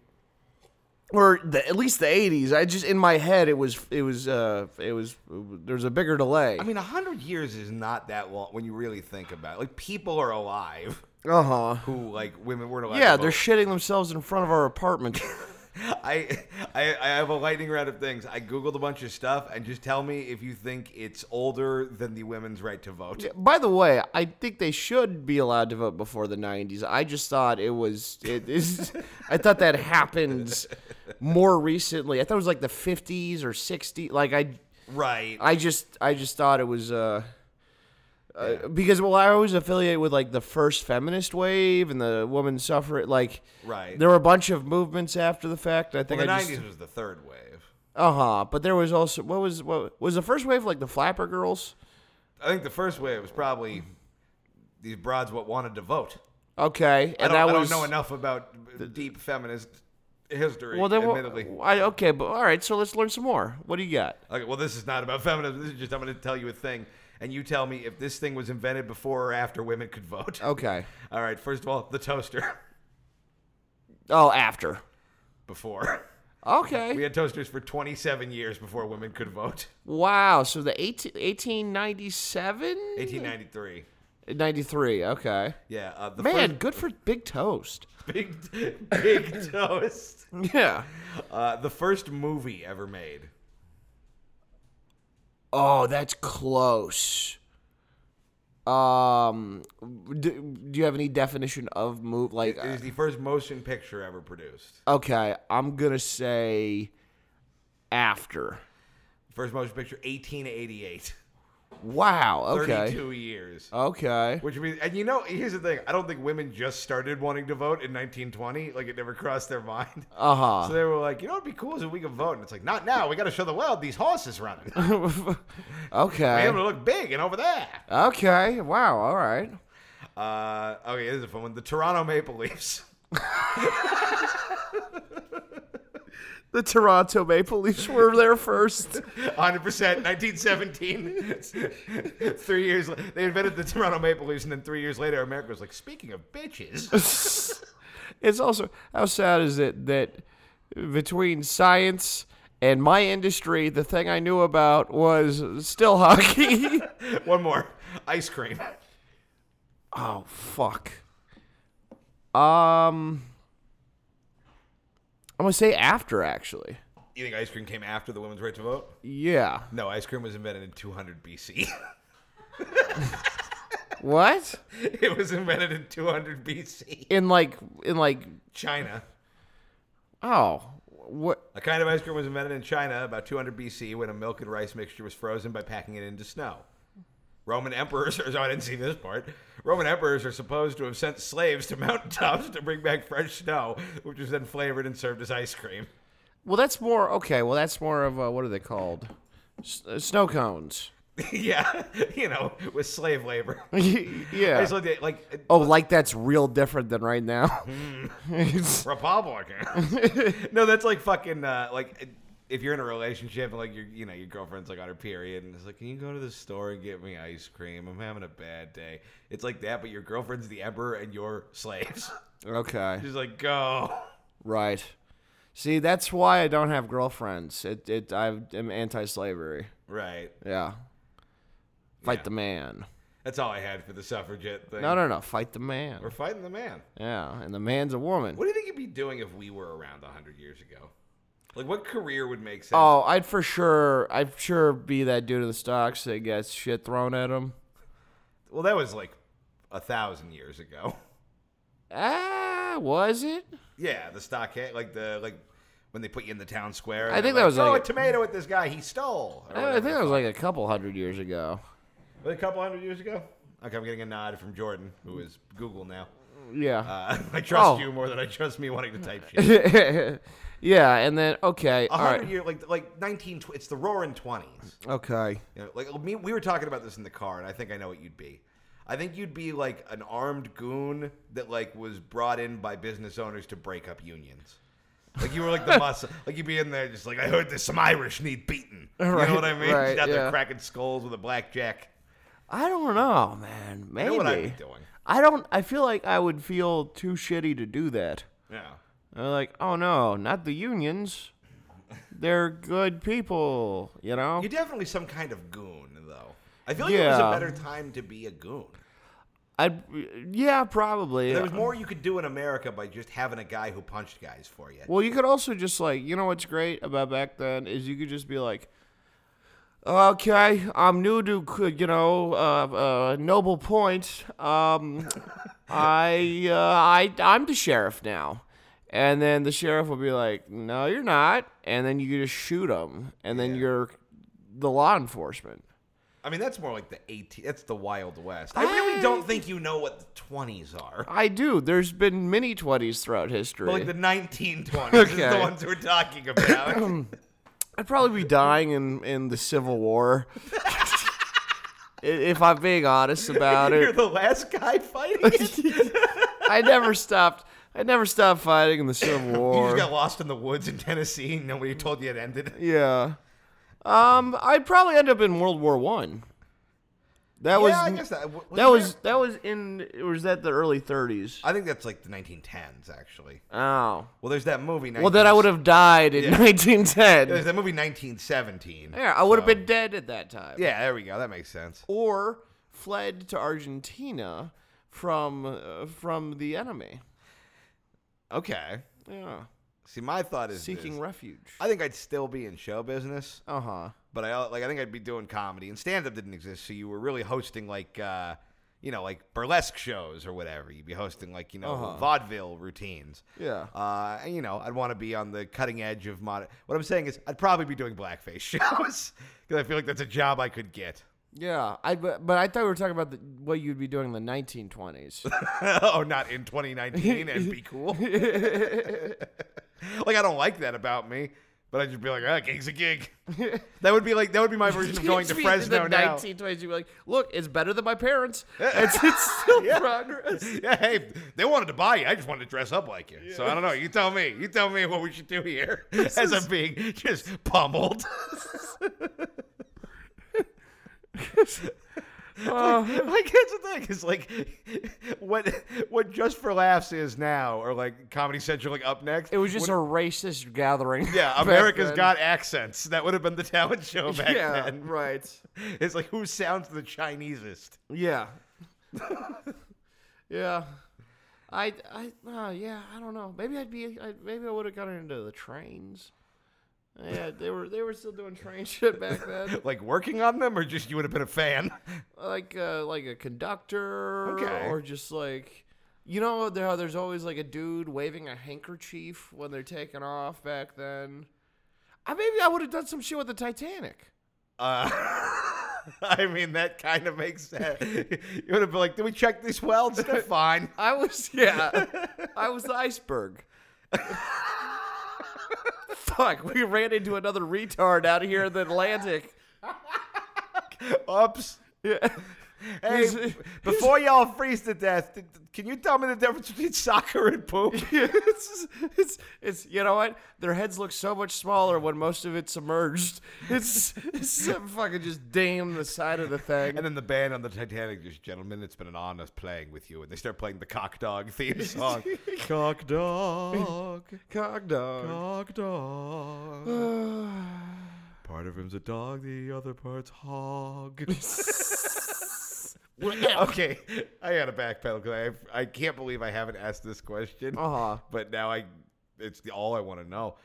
A: or the, at least the eighties. I just in my head it was it was uh it was there was a bigger delay.
B: I mean, hundred years is not that long when you really think about. it. Like people are alive
A: uh huh.
B: who like women weren't allowed.
A: Yeah,
B: to vote.
A: they're shitting themselves in front of our apartment. *laughs*
B: I, *laughs* I I have a lightning round of things. I googled a bunch of stuff and just tell me if you think it's older than the women's right to vote.
A: By the way, I think they should be allowed to vote before the '90s. I just thought it was it is.
B: *laughs*
A: I thought that happened more recently. I thought it was like the '50s or '60s. Like I,
B: Right.
A: I just I just thought it was. uh uh, because well, I always affiliate with like the first feminist wave and the woman suffrage. Like,
B: Right.
A: There were a bunch of movements after the fact. I think
B: the
A: I
B: nineties
A: just
B: was the third wave.
A: uh huh. But there was also what was what was the first wave like the flapper girls?
B: I think the first wave was probably these broads what wanted to vote.
A: Okay,
B: I
A: and
B: don't,
A: that
B: I don't
A: was
B: know enough about deep feminist history.
A: Well, then we'll-
B: admittedly.
A: I, okay, but all right. So let's learn some more. What do you got?
B: Okay, well, this is not about *laughs* feminism. This is just I'm going to tell you a thing, and you tell me if this thing was invented before or after women could vote.
A: Okay.
B: All right. First of all, the toaster *laughs*
A: Oh, after.
B: before. We
A: Okay.
B: had toasters for 27 years before women could
A: *laughs*
B: vote.
A: Wow. So the 18, 1897?
B: 1893.
A: 93. Okay.
B: Yeah. Uh, the
A: Man, good for Big Toast.
B: first big,
A: *laughs*
B: big toast.
A: Yeah.
B: Uh, the first movie ever made.
A: Oh, that's close. Um, do, do you have any definition of move? Like, uh,
B: It is the first motion picture ever produced.
A: okay, I'm gonna say after.
B: First motion picture, 1888.
A: Wow. Okay. Oh.
B: 32 years.
A: Okay.
B: Which means, and you know, here's the thing. I don't think women just started wanting to vote in 1920. Like, it never *laughs* crossed their mind.
A: Uh
B: *laughs*
A: huh.
B: So they were like, you know, it'd be cool is if we could vote. And it's like, not now. We got to show the world these horses running. Man,
A: Okay.
B: to look big and over there.
A: Okay. Wow. All right.
B: Uh, okay, this is a fun one. The Toronto Maple Leafs. *laughs*
A: The Toronto Maple Leafs were there first.
B: 100%, 1917. *laughs* three years la- They invented the Toronto Maple Leafs, and then three years later, America was like, speaking of bitches.
A: *laughs*
B: *laughs*
A: it's also how sad is it that between science and my industry, the thing I knew about was still hockey. *laughs*
B: one more. Ice cream.
A: oh fuck. Um, I'm gonna say after actually.
B: You think ice cream came after the women's right to vote?
A: Yeah.
B: No, ice cream was invented in 200 BC.
A: What?
B: *laughs* it was invented in 200 BC.
A: In like in like
B: China.
A: oh what
B: A kind of ice cream was invented in China about 200 BC when a milk and rice mixture was frozen by packing it into snow. Roman emperors, *laughs* or I didn't see this part. Roman emperors are supposed to have sent slaves to *laughs* mountaintops to bring back fresh snow, which was then flavored and served as ice cream. *laughs*
A: Well, that's more okay. Well, that's more of uh what are they called? S- uh, snow cones. *laughs*
B: yeah, *laughs* you know, with slave labor. I
A: yeah.
B: just looked at, like,
A: Oh, like that's real different than right now.
B: Hmm.
A: *laughs* It's-
B: Republican. no, that's like fucking uh, like if you're in a relationship and like your you know your girlfriend's like on her period and it's like, can you go to the store and get me ice cream? I'm having a bad day. It's like that, but your girlfriend's the emperor and you're slaves. *laughs*
A: okay.
B: She's like, go.
A: Right. See, that's why I don't have girlfriends. It it I am anti-slavery.
B: Right.
A: Yeah. Fight
B: Yeah.
A: the man.
B: That's all I had for the suffragette thing.
A: No, no, no. Fight the
B: We're
A: man.
B: fighting the man.
A: Yeah, and the man's a woman.
B: What do you think you'd be doing if we were around hundred years ago? Like, what career would make sense?
A: Oh, I'd for sure, I'd sure be that dude in the stocks that gets shit thrown at him.
B: Well, that was like a thousand years ago. *laughs*
A: Ah, was it?
B: Yeah, the stockade, like the like when they put you in the town square.
A: I
B: and
A: think
B: they're
A: that was
B: like, throw
A: like-
B: a tomato at this guy he stole. or
A: I
B: whatever
A: I think
B: the
A: that was
B: fuck.
A: like a couple hundred years ago.
B: Was it a couple hundred years ago. Okay, I'm getting a nod from Jordan, who is Google now.
A: Yeah.
B: Uh, *laughs* I trust
A: Oh.
B: you more than I trust me wanting
A: *laughs*
B: to type shit.
A: yeah, and then okay,
B: Uh, A
A: all
B: hundred
A: right,
B: year, like like 19, tw- it's the Roaring Twenties.
A: okay.
B: You know, like me, we were talking about this in the car, and I think I know what you'd be. I think you'd be like an armed goon that like was brought in by business owners to break up unions. Like you
A: *laughs*
B: were like the muscle, like you'd be in there just like I heard there's some Irish need beaten. you
A: Right,
B: know what I mean?
A: right,
B: Just out
A: yeah.
B: there cracking skulls with a blackjack.
A: I don't know, man. Maybe.
B: know what I'd be doing.
A: I don't. I feel like I would feel too shitty to do that.
B: Yeah.
A: I'm like, oh no, not the unions. They're good people, you know.
B: You're definitely some kind of goon, though. I feel like it was
A: Yeah.
B: a better time to be a goon.
A: I, yeah, probably.
B: There was more you could do in America by just having a guy who punched guys for you.
A: Well, you could also just like, you know what's great about back then is you could just be like, okay, I'm new to you know uh, uh, Noble Point.
B: *laughs*
A: Um, I uh, I I'm the sheriff now. And then the sheriff will be like, "No, you're not." And then you just shoot him, and then you're the law enforcement.
B: I mean, that's more like the 18. That's the Wild West. I really don't think you know what the 20s are.
A: I do. There's been many twenties throughout history.
B: But like the 1920s is
A: Okay. Um,
B: the ones we're
A: *laughs*
B: talking about.
A: I'd probably be dying in, in the Civil War. I- if I'm being honest about
B: You're *laughs*
A: it,
B: the last guy fighting it. you
A: I never stopped. I never stopped fighting in the Civil
B: just got
A: War.
B: lost in the woods in Tennessee. and Nobody told you it ended.
A: Yeah. Um, I'd probably end up in World War One. That was
B: yeah, I guess that w-
A: that
B: there-
A: was that was in was that the early 30s.
B: I think that's like the 1910s, actually.
A: Oh.
B: Well, there's that movie.
A: Well, then I would have died in
B: Yeah.
A: 1910.
B: There's that movie 1917.
A: Yeah, I would have
B: so-
A: been dead at that time.
B: Yeah, there we go. That makes sense.
A: Or fled to Argentina from uh, from the enemy.
B: Okay.
A: Yeah.
B: See, my thought is
A: Seeking
B: this.
A: refuge.
B: I think I'd still be in show business,
A: Uh huh.
B: but I like I think I'd be doing comedy and stand up didn't exist, so you were really hosting like uh, you know like burlesque shows or whatever. You'd be hosting like you know
A: Uh-huh.
B: vaudeville routines.
A: Yeah.
B: Uh, and, you know, I'd want to be on the cutting edge of mod. What I'm saying is, I'd probably be doing blackface *laughs* shows because I feel like that's a job I could get. *laughs*
A: Yeah. I but, but I thought we were talking about the, what you'd be doing in the
B: *laughs*
A: 1920s.
B: oh, not in 2019 and be cool. *laughs* like I don't like that about me, but I'd just be like, ah, gig's a gig.
A: *laughs*
B: that would be like that would be my version of going to
A: Excuse me,
B: Fresno
A: the
B: now.
A: 1920s. You'd be like, look, it's better than my
B: *laughs*
A: parents. It's, it's still progress.
B: Yeah, hey, they wanted to buy you. I just wanted to dress up like you. So I don't know. You tell me. You tell me what we should
A: *laughs*
B: do here as I'm being just pummeled. *laughs*
A: Oh. Uh,
B: like, like that's the thing. Is like what what just for laughs is now, or like Comedy Central, like up next.
A: It was just a racist gathering.
B: Yeah,
A: back
B: America's
A: then.
B: Got Accents. That would have been the talent show back
A: yeah,
B: then. *laughs*
A: right.
B: It's like who sounds the Chinesest?
A: Yeah. *laughs* yeah. I I uh, yeah I don't know. Maybe I'd be I, maybe I would have gotten into the trains. Yeah, they were they were still doing train *laughs* shit back then.
B: Like working on them, or just you would have been a fan?
A: like uh, like a conductor
B: Okay.
A: or just like you know there how there's always like a dude waving a handkerchief when they're taking off back then I maybe I would have done some shit with the Titanic
B: Uh, *laughs* I mean, that kind of makes sense. *laughs* You would have been like, "Did we check these welds? *laughs* They're fine."
A: I was *laughs* yeah I was the iceberg *laughs* fuck we ran into another retard out here in the Atlantic
B: Oops.
A: yeah
B: *laughs* Hey,
A: He's-
B: b- before y'all freeze to death, th- th- can you tell me the difference between *laughs* soccer and poop?
A: *laughs* it's, it's it's you know what their heads look so much smaller when most of it's submerged it's, it's fucking just damn the side of the thing
B: *laughs* And then the band on the Titanic, just gentlemen, it's been an honor playing with you, and they start playing the Cock Dog theme *laughs* song. cock Dog,
A: cock dog
B: Cock Dog. *laughs* Part of him's a dog, the other part's *laughs* hog. okay, I gotta backpedal because I I can't believe I haven't asked this
A: *sighs*
B: question.
A: Uh-huh.
B: But now I, it's the, all I want to know.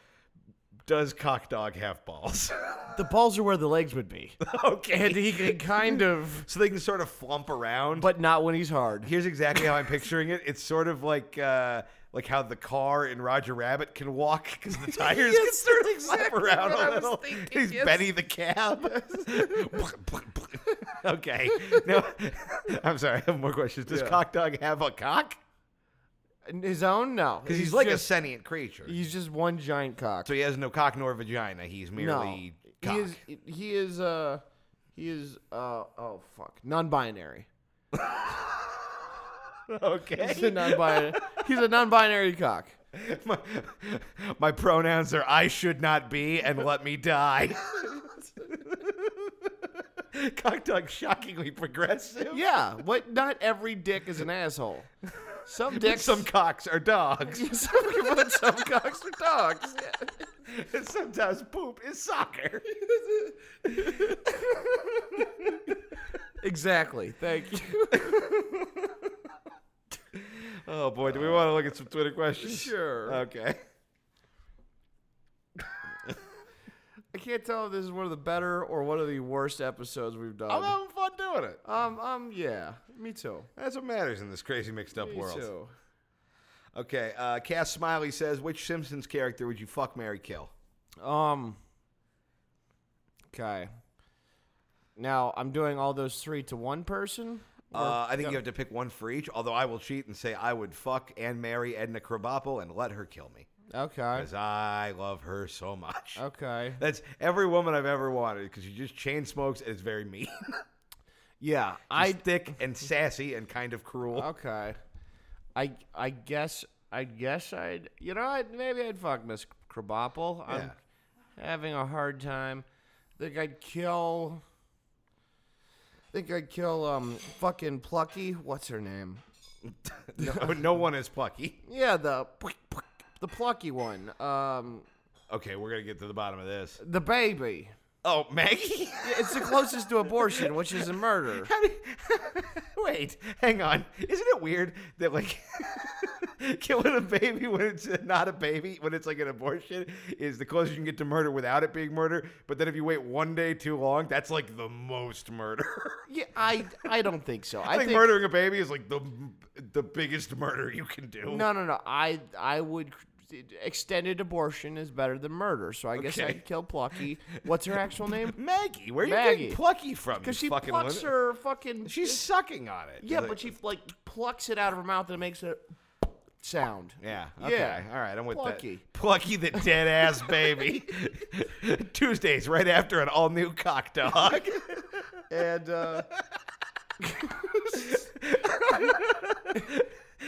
B: Does cock dog have balls? *laughs*
A: the balls are where the legs would be
B: okay,
A: and he can kind of
B: so they can sort of flump around.
A: but not when he's hard
B: here's exactly how I'm picturing it. It's sort of like uh, like how the car in Roger Rabbit can walk because
A: *laughs*
B: the tires can
A: Yes,
B: sort of
A: that's exactly
B: flap around
A: what I
B: a
A: was *laughs*
B: little.
A: thinking,
B: He's
A: yes.
B: Benny the Cab. *laughs* okay. No, *laughs* I'm sorry. I have more questions. Does
A: Yeah.
B: cock dog have a cock?
A: And *laughs* His own? No.
B: Because he's, like
A: just,
B: a sentient creature.
A: He's just one giant cock.
B: so he has no cock nor vagina. He's merely
A: no.
B: cock.
A: He is, he is, uh, he is, uh, oh, fuck. Non
B: *laughs*
A: binary. He's a
B: *laughs* okay.
A: non binary. he's a non binary cock.
B: *laughs* my, my pronouns are I should not be and let me die. *laughs* cock dog shockingly progressive.
A: Yeah. What? Not every dick is an asshole. Some dicks. *laughs*
B: Some cocks are dogs. *laughs*
A: some, but some cocks are dogs.
B: Sometimes poop is
A: *laughs*
B: soccer.
A: Exactly. Thank you. *laughs*
B: Oh boy, do we want to look at some Twitter questions?
A: Sure.
B: Okay.
A: I can't tell if this is one of the better or one of the worst episodes we've
B: I'm
A: done.
B: having fun doing it.
A: Um, um, yeah. Me too.
B: That's what matters in this crazy mixed up
A: Me
B: world.
A: too.
B: Okay, uh, Cass Smiley says, which Simpsons character would you fuck, Mary kill?
A: Um. Okay. Now I'm doing all those three to one person.
B: Uh, I think you have to pick one for each, although I will cheat and say I would fuck and marry Edna Krabappel and let her kill me.
A: Okay.
B: Because I love her so much.
A: Okay.
B: *laughs* That's every woman I've ever wanted because she just chain smokes and it's very mean. *laughs*
A: Yeah.
B: I
A: I Oh,
B: thick and sassy and kind of cruel.
A: Okay. I I guess I guess I'd you know I'd, maybe I'd fuck Miss Krabappel. I'm having a hard time. Think I'd kill. Think I'd kill um fucking Plucky. What's her name?
B: *laughs* no, no one is plucky.
A: Yeah, the the Plucky one. Um,
B: Okay, we're gonna get to the bottom of this.
A: the baby.
B: Oh, Maggie! *laughs*
A: It's the closest to abortion, which is a murder.
B: How do- *laughs* Wait, hang on. Isn't it weird that like *laughs* killing a baby when it's not a baby, when it's like an abortion, is the closest you can get to murder without it being murder? But then if you wait one day too long, that's like the most murder. *laughs*
A: Yeah, I I don't think *laughs* so.
B: I, think, murdering a baby is like the the biggest murder you can do.
A: No, no, no. I I would extended abortion is better than murder. So I guess
B: Okay.
A: I'd kill Plucky. What's her actual *laughs* name?
B: Maggie, where are you
A: Maggie.
B: getting plucky from?
A: Because
B: you
A: she
B: fucking
A: plucks
B: lun-
A: her fucking.
B: She's sucking on it.
A: yeah,
B: Like-
A: but she like plucks it out of her mouth and it makes a sound.
B: Yeah.
A: Yeah.
B: Okay. All right. I'm with
A: Plucky.
B: that. Plucky the dead *laughs* ass baby. Tuesdays, right after an all new cock dog.
A: *laughs* And uh, *laughs* and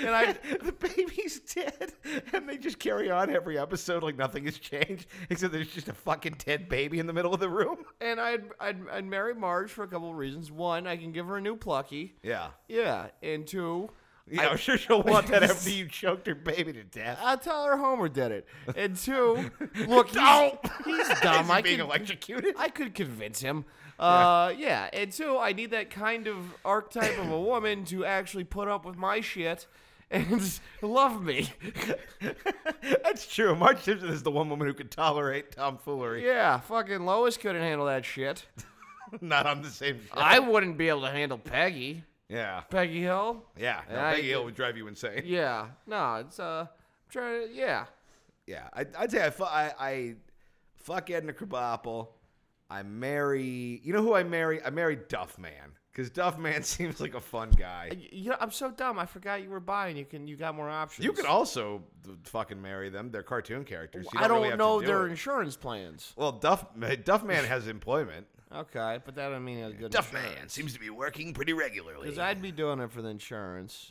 A: I
B: *laughs* the baby's dead, and they just carry on every episode like nothing has changed, except there's just a fucking dead baby in the middle of the room.
A: and I'd, I'd I'd marry Marge for a couple of reasons. One, I can give her a new Plucky.
B: Yeah.
A: Yeah, and two.
B: Yeah, I'm sure she'll want that after you choked her baby to death.
A: I'll tell her Homer did it. And
B: *laughs*
A: two, look, he's,
B: No!
A: he's dumb.
B: Is he
A: I
B: being
A: can,
B: electrocuted?
A: I could convince him. Uh, yeah. and so I need that kind of archetype of a woman to actually put up with my shit and *laughs* love me.
B: *laughs* That's true. Marge Simpson is the one woman who could tolerate tomfoolery.
A: Yeah, fucking Lois couldn't handle that shit.
B: Not on the same. show. *laughs*
A: I wouldn't be able to handle Peggy.
B: yeah.
A: Peggy Hill?
B: Yeah. No,
A: I-
B: Peggy Hill would drive you insane.
A: Yeah. No, it's, uh, I'm trying to, yeah.
B: Yeah, I, I'd say I, fu- I, I fuck Edna Krabappel. I marry. You know who I marry? I marry Duff Man because Duff Man *laughs* seems like a fun guy.
A: Y- You know, I'm so dumb. I forgot you were buying. You can, you got more options.
B: You could also th- fucking marry them. They're cartoon characters. You
A: I don't
B: really have to
A: know
B: do
A: their
B: it.
A: insurance plans.
B: well, Duff *laughs* Duff Man has employment.
A: Okay, but that don't mean a good
B: *laughs* Duff Man seems to be working pretty regularly.
A: Because I'd be doing it for the insurance.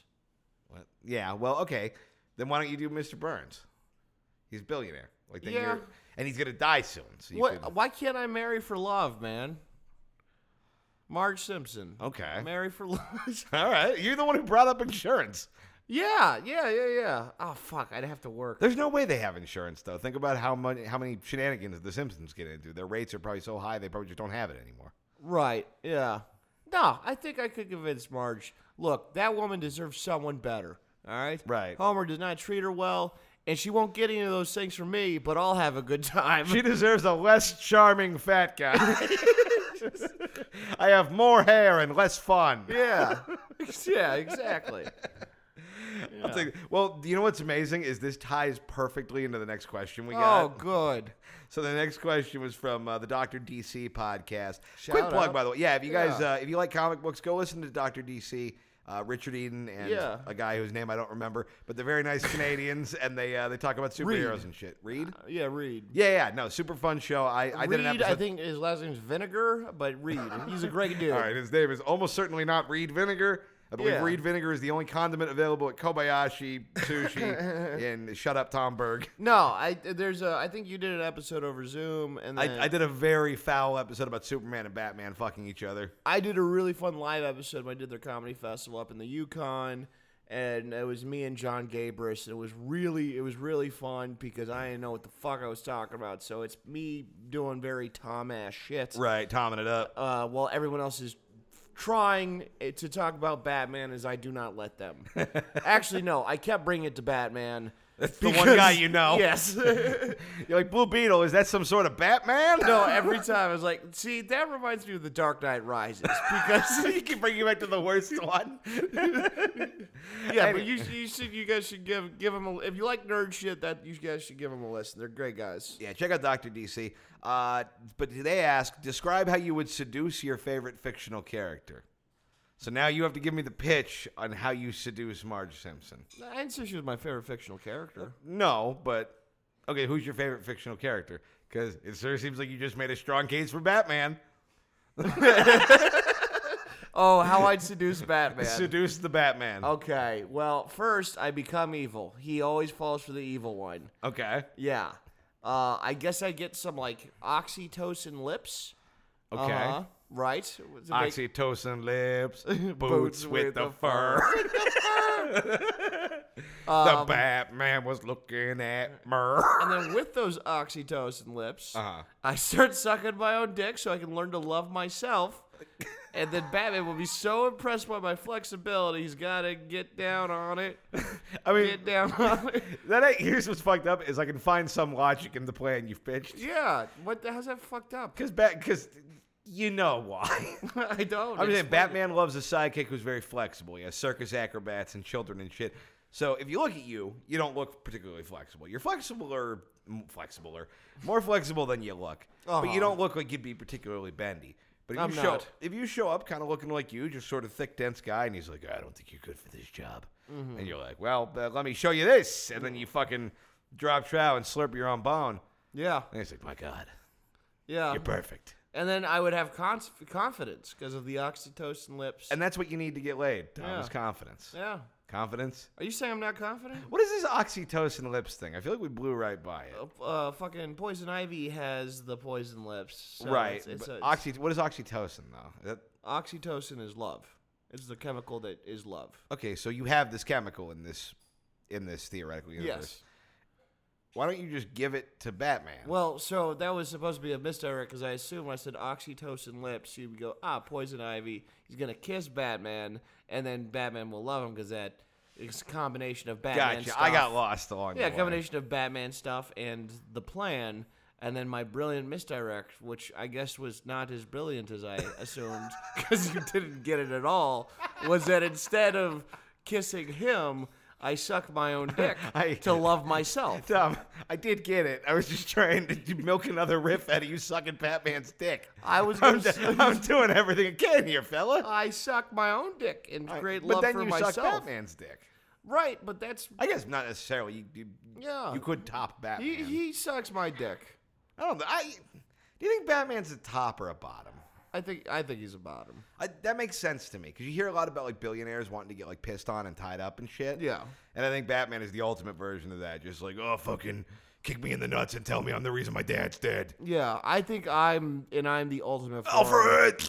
B: What? Yeah. Well, okay. Then why don't you do Mr. Burns? He's a billionaire. Like then
A: Yeah.
B: you're, and he's gonna die soon. So you
A: What,
B: could-
A: Why can't I marry for love, man? Marge Simpson.
B: Okay.
A: Marry for love.
B: *laughs*
A: *laughs*
B: All right. You're the one who brought up insurance.
A: yeah, yeah, yeah, yeah. Oh fuck, I'd have to work.
B: There's no way they have insurance though. Think about how much, how many shenanigans the Simpsons get into. Their rates are probably so high they probably just don't have it anymore.
A: Right. Yeah. No, I think I could convince Marge. Look, that woman deserves someone better. All right.
B: Right.
A: Homer does not treat her well, and she won't get any of those things from me. But I'll have a good time. *laughs*
B: *laughs* She deserves a less charming fat *laughs* guy. I have more hair and less fun.
A: *laughs* yeah. yeah. Exactly.
B: I'll take. Well, you know what's amazing is this ties perfectly into the next question *laughs* we got.
A: Oh, good.
B: So the next question was from uh, the Doctor DC podcast.
A: Shout
B: Quick plug,
A: out.
B: by the way. Yeah, if you guys
A: Yeah.
B: uh, if you like comic books, go listen to Doctor DC. Uh, Richard Eden and
A: Yeah.
B: a guy whose name I don't remember, but they're very nice Canadians, and they uh, they talk about superheroes and shit. Reed,
A: Yeah, Reed.
B: yeah, yeah, no, super fun show. I I did an
A: Reed,
B: episode.
A: I think his last name's Vinegar, but Reed. He's a great dude.
B: *laughs* All right, his name is almost certainly not Reed Vinegar. I believe
A: Yeah.
B: Reed Vinegar is the only condiment available at Kobayashi Sushi in Shut Up Tomberg.
A: No, I there's a. I think you did an episode over Zoom, and then
B: I, I did a very foul episode about Superman and Batman fucking each other.
A: I did a really fun live episode when I did their comedy festival up in the Yukon, and it was me and John Gabris, and it was really it was really fun because I didn't know what the fuck I was talking about. So it's me doing very Tom ass shit,
B: Right, tomming it up.
A: uh, while everyone else is trying eh, to talk about Batman as I do not let
B: *laughs*
A: them. Actually, no, I kept bringing it to Batman. That's
B: the one guy you know. *laughs*
A: Yes.
B: You're like Blue Beetle. Is that some sort of Batman?
A: no,
B: *laughs*
A: every time I was like, see, that reminds me of The Dark Knight Rises because
B: *laughs* he keep bringing you back to the *laughs* worst one.
A: yeah,
B: *laughs*
A: but you, you should you guys should give give them a if you like nerd shit that you guys should give them a listen. They're great guys.
B: yeah, check out Doctor DC. Uh, but they ask, describe how you would seduce your favorite fictional character. So now you have to give me the pitch on how you seduce Marge Simpson.
A: I didn't say she was my favorite fictional character.
B: No, but okay, who's your favorite fictional character? Because it sure seems like you just made a strong case for Batman.
A: Oh, how I'd seduce
B: *laughs*
A: Batman.
B: Seduce the Batman.
A: okay, well, first I become evil. He always falls for the evil one.
B: Okay.
A: Yeah. Uh, I guess I get some like oxytocin lips.
B: Okay.
A: Uh-huh. Right. To make-
B: Oxytocin lips, *laughs* boots, with, the, fur. *laughs* the Batman was looking at Mer.
A: and then with those oxytocin lips,
B: *laughs* Uh-huh.
A: I start sucking my own dick so I can learn to love myself. and then Batman will be so impressed by my flexibility, he's got to get down on it.
B: I mean,
A: Get
B: *laughs*
A: down on it.
B: that ain't, here's what's fucked up is I can find some logic in the plan you've pitched.
A: Yeah, what the how's that fucked up? *laughs*
B: Because bat, because you know why. *laughs*
A: I don't.
B: I'm
A: explain
B: just saying,
A: it.
B: Batman loves a sidekick who's very flexible. He has circus acrobats and children and shit. So if you look at you, you don't look particularly flexible. You're flexible or flexible or more flexible than you look, but
A: Uh-huh.
B: you don't look like you'd be particularly bendy. But if
A: I'm
B: you show
A: not.
B: if you show up kind of looking like you, just sort of thick, dense guy, and he's like, I don't think you're good for this job,
A: Mm-hmm.
B: and you're like, well, uh, let me show you this, and then you fucking drop trow and slurp your own bone,
A: Yeah,
B: and he's like, my god,
A: yeah.
B: you're perfect,
A: And then I would have cons- confidence because of the oxytocin lips.
B: and that's what you need to get laid. Tom
A: Yeah.
B: is confidence,
A: yeah.
B: confidence.
A: Are you saying I'm not confident?
B: What is this oxytocin lips thing? I feel like we blew right by it.
A: Uh, fucking poison ivy has the poison lips. so
B: right.
A: It's, it's,
B: but
A: it's-
B: oxy, what is oxytocin though? That,
A: oxytocin is love. It's the chemical that is love.
B: okay, so you have this chemical in this in this theoretical universe.
A: Yes.
B: Why don't you just give it to Batman?
A: Well, so that was supposed to be a misdirect because I assume when I said oxytocin lips, you'd go, ah, poison ivy. He's gonna kiss Batman, and then Batman will love him because that is a combination of Batman.
B: gotcha.
A: Stuff.
B: I got lost along
A: Yeah,
B: the way.
A: combination of Batman stuff and the plan, and then my brilliant misdirect, which I guess was not as brilliant as I
B: *laughs*
A: assumed because you didn't get it at all, was that instead of kissing him, I suck my own dick
B: *laughs* I-
A: to love myself.
B: *laughs* *laughs* Dumb. I did get it. I was just trying to *laughs* milk another riff out of you sucking Batman's dick.
A: *laughs* I was
B: I'm,
A: gonna
B: d-
A: say-
B: I'm doing everything I can here, fella.
A: I suck my own dick in great
B: but
A: love
B: then
A: for
B: you
A: myself.
B: suck Batman's dick.
A: Right, but that's
B: I guess not necessarily. You, you,
A: Yeah.
B: you could top Batman.
A: he, he sucks my dick.
B: I don't know. I do you think Batman's a top or a bottom?
A: I think I think he's a bottom.
B: I, that makes sense to me because you hear a lot about like billionaires wanting to get like pissed on and tied up and shit.
A: Yeah.
B: and I think Batman is the ultimate version of that. Just like oh fucking kick me in the nuts and tell me I'm the reason my dad's dead,
A: Yeah, I think I'm and I'm the ultimate form
B: Alfred.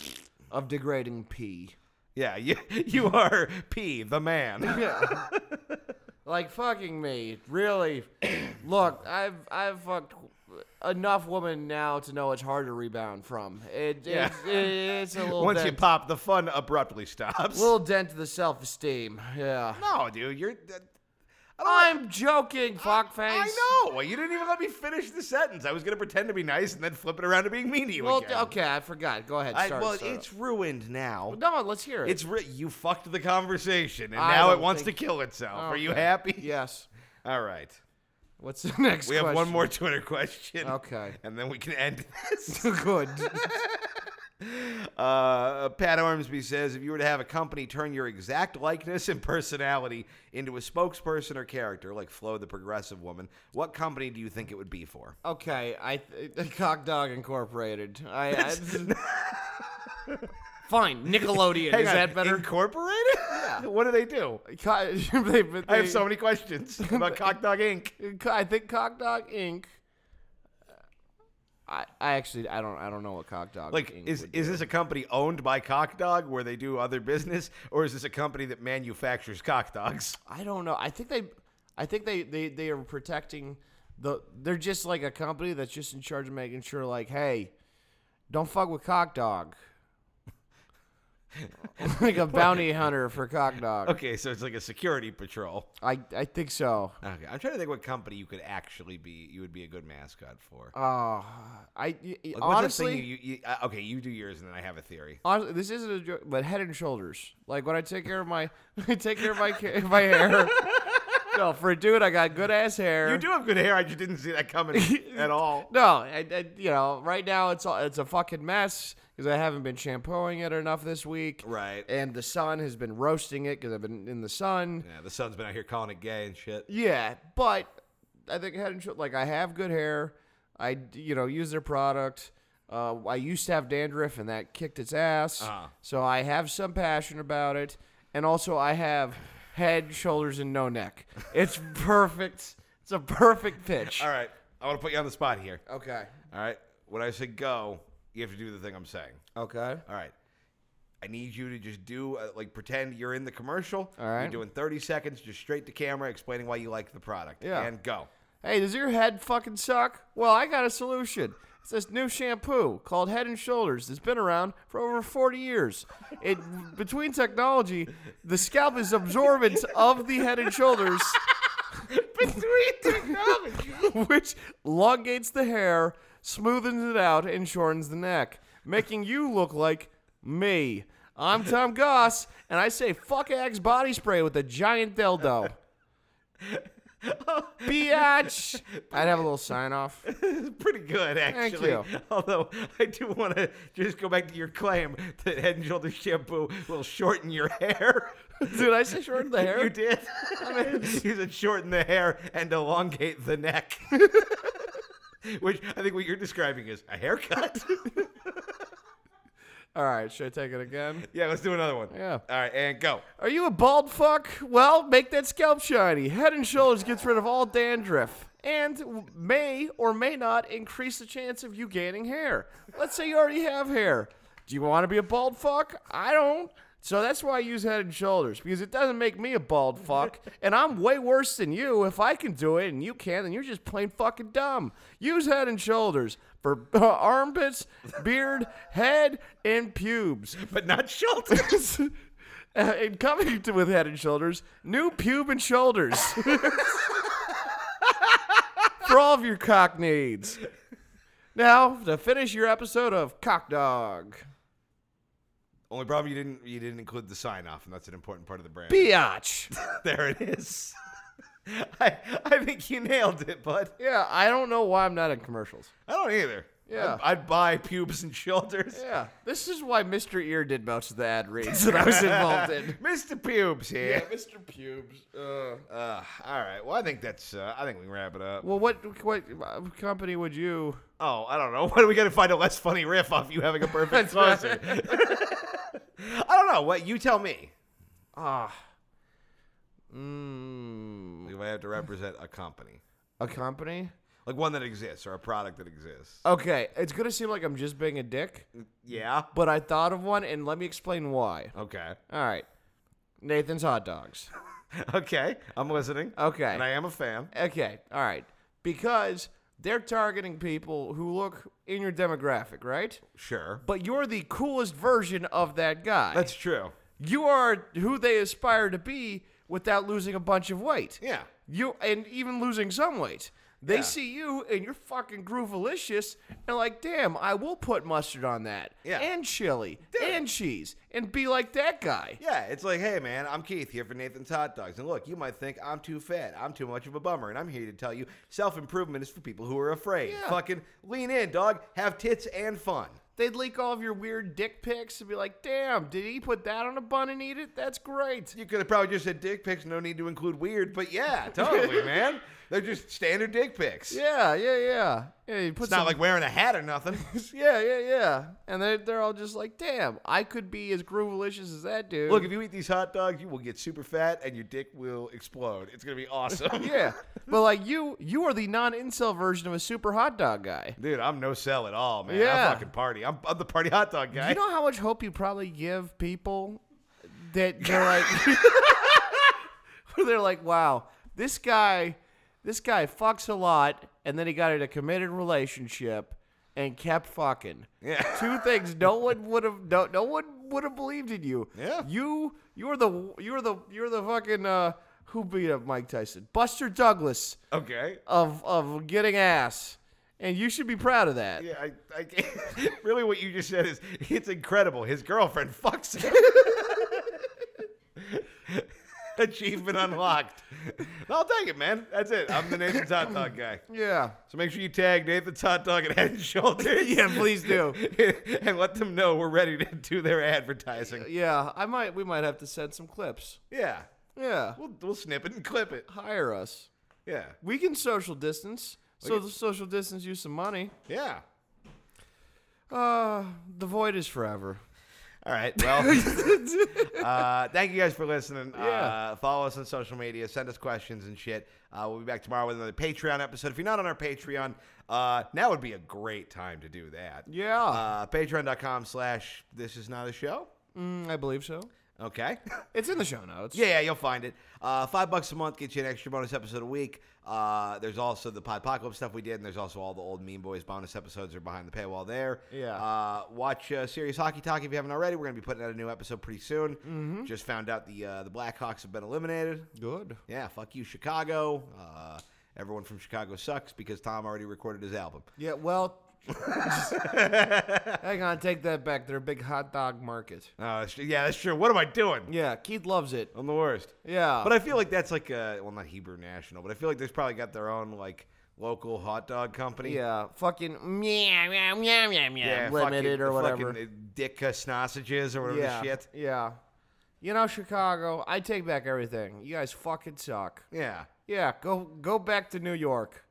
A: of degrading pee.
B: Yeah, *laughs* you you are P the man.
A: Yeah. *laughs* like fucking me, really. *clears throat* Look, I've I've fucked enough women now to know it's hard to rebound from. It,
B: Yeah.
A: it's, it's a little
B: Once you
A: dent,
B: pop, the fun abruptly stops. *laughs*
A: little dent to the self esteem. Yeah.
B: no, dude, you're. that-
A: I'm joking, fuckface.
B: I know. You didn't even let me finish the sentence. I was going to pretend to be nice and then flip it around to being mean to you
A: Well,
B: again.
A: okay, I forgot. Go ahead.
B: I-
A: Start,
B: well,
A: start.
B: it's ruined now.
A: no. Let's hear it.
B: It's ri- you fucked the conversation, and
A: I
B: now it
A: don't
B: wants
A: think-
B: to kill itself.
A: Oh,
B: Are you
A: okay.
B: happy?
A: yes.
B: *laughs* All right.
A: What's the next?
B: We have one
A: question? *laughs*
B: more *laughs* Twitter question.
A: Okay.
B: *laughs* And then we can end this.
A: Good. *laughs*
B: Uh, Pat Ormsby says if you were to have a company turn your exact likeness and personality into a spokesperson or character, like Flo the Progressive Woman, what company do you think it would be for?
A: Okay, I th- *laughs* Cock Dog Incorporated. I, I *laughs* fine. Nickelodeon.
B: Hang
A: Is
B: on,
A: that better?
B: Incorporated?
A: Yeah.
B: *laughs* what do they do?
A: Co- *laughs* they- but
B: I have
A: they-
B: so many
A: *laughs*
B: questions about Cockdog Inc.
A: I think Cock Dog Inc. I, I actually I don't I don't know what Cock Dog
B: Like,
A: Inc.
B: is
A: would
B: is this a company owned by Cockdog where they do other business, or is this a company that manufactures cockdogs?
A: I don't know. I think they, I think they, they, they are protecting the. They're just like a company that's just in charge of making sure, like, hey, don't fuck with cock *laughs* dog. like a bounty hunter for cock dog.
B: *laughs* Okay, so it's like a security patrol.
A: I, I think so.
B: Okay, I'm trying to think what company you could actually be. You would be a good mascot for.
A: Uh, I y- y-
B: Like, what's that
A: honestly,
B: thing you, you, you- uh, okay, you do yours, and then I have a theory.
A: honestly, this isn't a joke, but head and shoulders. Like when I take care of my, *laughs* I take care of my ca- my
B: *laughs*
A: hair. no, for a dude, I got good ass hair.
B: You do have good hair. I just didn't see that *laughs* coming at all.
A: No, I, I, you know, right now it's all, it's a fucking mess because I haven't been shampooing it enough this week.
B: Right.
A: And the sun has been roasting it because I've been in the sun.
B: Yeah, the sun's been out here calling it gay and shit.
A: Yeah, but I think I had intro- like I have good hair. I you know use their product. Uh, I used to have dandruff and that kicked its ass.
B: Uh-huh.
A: So I have some passion about it, and also I have head, shoulders, and no neck. It's *laughs* perfect. It's a perfect pitch.
B: All right, I want to put you on the spot here.
A: Okay.
B: All right, when I say go, you have to do the thing I'm saying.
A: Okay.
B: All right. I need you to just do uh, like pretend you're in the commercial.
A: All right.
B: You're doing 30 seconds just straight to camera explaining why you like the product.
A: Yeah.
B: And go. *laughs*
A: Hey, does your head fucking suck? Well, I got a solution. It's this new shampoo called Head and Shoulders that's been around for over 40 years. It between technology, the scalp is absorbent of the head and shoulders, *laughs* which elongates the hair, smoothens it out, and shortens the neck, making you look like me. I'm Tom Goss, and I say fuck Axe body spray with a giant dildo. Biatch! I'd have a little sign off.
B: Pretty good, actually.
A: you.
B: *laughs* Although I do want to just go back to your claim that Head and Shoulders shampoo will shorten your hair.
A: Dude, I say shorten the *laughs* hair.
B: *laughs* You did. *laughs* you said shorten the hair and elongate the neck. *laughs* Which I think what you're describing is a haircut. *laughs*
A: All right, should I take it again?
B: yeah, let's do another one.
A: Yeah.
B: All right, and go.
A: Are you a bald fuck? Well, make that scalp shiny. Head and Shoulders gets rid of all dandruff and w- may or may not increase the chance of you gaining hair. Let's say you already have hair. Do you want to be a bald fuck? I don't. So that's why I use Head and Shoulders because it doesn't make me a bald fuck, and I'm way worse than you. If I can do it and you can, then you're just plain fucking dumb. Use Head and Shoulders for *laughs* armpits, beard, head, and pubes.
B: But not *laughs* Shoulders.
A: *laughs* Uh, and coming to with head and shoulders, new pube and shoulders. *laughs* For all of your cock needs. Now, to finish your episode of Cock Dog.
B: Only problem you didn't you didn't include the sign off, and that's an important part of the brand.
A: Biatch.
B: *laughs* there it is. *laughs* I I think you nailed it, bud.
A: Yeah, I don't know why I'm not in commercials.
B: I don't either.
A: Yeah.
B: I'd, I'd buy pubes and shoulders.
A: Yeah. This is why Mr. Ear did most of the ad reads that I was involved
B: *laughs*
A: in.
B: Mr. Pubes here.
A: Mr. Pubes. Uh,
B: Uh, all right. Well, I think that's. Uh, I think we can wrap it up.
A: well, what what uh, company would you?
B: Oh, I don't know. *laughs* Why do we got to find a less funny riff off
A: *laughs*
B: you having a perfect closer? I don't know. What you tell me.
A: Ah. Mm,
B: We might have to represent a company,
A: a company?
B: like one that exists or a product that exists.
A: Okay, it's gonna seem like I'm just being a dick,
B: Yeah.
A: but I thought of one, and let me explain why.
B: Okay.
A: All right, Nathan's hot dogs.
B: Okay. I'm listening.
A: Okay.
B: And I am a fan.
A: Okay, all right, because they're targeting people who look in your demographic, right?
B: Sure.
A: But you're the coolest version of that guy.
B: That's true.
A: you are who they aspire to be without losing a bunch of weight.
B: Yeah.
A: You and even losing some weight. They
B: Yeah.
A: see you and you're fucking groovalicious and like, damn, I will put mustard on that.
B: Yeah.
A: And chili.
B: Dude.
A: And cheese. And be like that guy.
B: Yeah, it's like, hey man, I'm Keith here for Nathan's Hot Dogs, and look, you might think I'm too fat, I'm too much of a bummer, and I'm here to tell you, self improvement is for people who are afraid.
A: Yeah.
B: Fucking lean in, dog. Have tits and fun.
A: They'd leak all of your weird dick pics and be like, damn, did he put that on a bun and eat it? That's great.
B: You could have probably just said dick pics, no need to include weird, but *laughs* yeah, totally, man. They're just standard dick pics.
A: Yeah, yeah, yeah. Yeah, you put
B: It's not
A: some-
B: like wearing a hat or *laughs* nothing.
A: yeah, yeah, yeah. And they're, they're all just like, damn, I could be as groovalicious as that dude.
B: Look, if you eat these hot dogs, you will get super fat and your dick will explode. It's gonna be *laughs*
A: *laughs*
B: awesome.
A: yeah. But like you, you are the non-incel version of a super hot dog guy.
B: Dude, I'm no sell at all, man.
A: Yeah.
B: I fucking party. I'm, I'm the party hot dog
A: Do
B: guy.
A: you know how much hope you probably give people that they're like, *laughs* where they're like, wow, this guy, this guy fucks a lot, and then he got in a committed relationship and kept fucking.
B: Yeah.
A: *laughs* Two things no one would have no, no one would have believed in you.
B: Yeah.
A: You you're the you're the you're the fucking uh who beat up Mike Tyson? Buster Douglas
B: okay.
A: of of getting ass. And you should be proud of that.
B: Yeah, I, I can't- *laughs* really what you just said is it's incredible. His girlfriend fucks him. *laughs* Achievement unlocked. I'll take it, man. That's it. I'm the Nathan's hot dog guy.
A: Yeah.
B: So make sure you tag Nathan's hot dog at Head and
A: *laughs*
B: Shoulders.
A: Yeah, please do.
B: *laughs* and let them know we're ready to do their advertising.
A: Yeah, I might. We might have to send some clips.
B: Yeah,
A: Yeah,
B: we'll we'll snip it and clip it.
A: hire us.
B: Yeah,
A: We can social distance. So the social distance you some money.
B: yeah.
A: Uh, the void is forever.
B: All right.
A: *laughs*
B: Well, uh, thank you guys for listening.
A: Yeah.
B: Uh, follow us on social media. Send us questions and shit. Uh, we'll be back tomorrow with another Patreon episode. If you're not on our Patreon, uh, now would be a great time to do that.
A: Yeah.
B: Uh, Patreon.com slash this is not a show.
A: Mm, I believe so.
B: Okay. *laughs*
A: It's in the show notes.
B: Yeah, yeah, you'll find it. Uh, five bucks a month gets you an extra bonus episode a week. Uh, there's also the Podpocalypse stuff we did, and there's also all the old Mean Boys bonus episodes are behind the paywall there.
A: Yeah.
B: Uh, watch uh, Serious Hockey Talk if you haven't already. We're going to be putting out a new episode pretty soon. Just found out the uh, the Blackhawks have been eliminated.
A: Good.
B: Yeah, fuck you, Chicago. Uh, everyone from Chicago sucks because Tom already recorded his album.
A: Yeah. Well, *laughs* hang on. Take that back. They're a big hot dog market.
B: Uh, sh- yeah, that's true. What am I doing?
A: Yeah, Keith loves it.
B: I'm the worst.
A: Yeah.
B: Oh. But I feel like that's like uh well not Hebrew National, but I feel like they've probably got their own like local hot dog company.
A: yeah, fucking meow meow meow meow meow limited
B: fucking-
A: or whatever.
B: Fucking uh, dick uh, sausages or whatever
A: yeah,
B: the shit.
A: yeah. You know Chicago, I take back everything. You guys fucking suck.
B: Yeah.
A: Yeah, go go back to New York.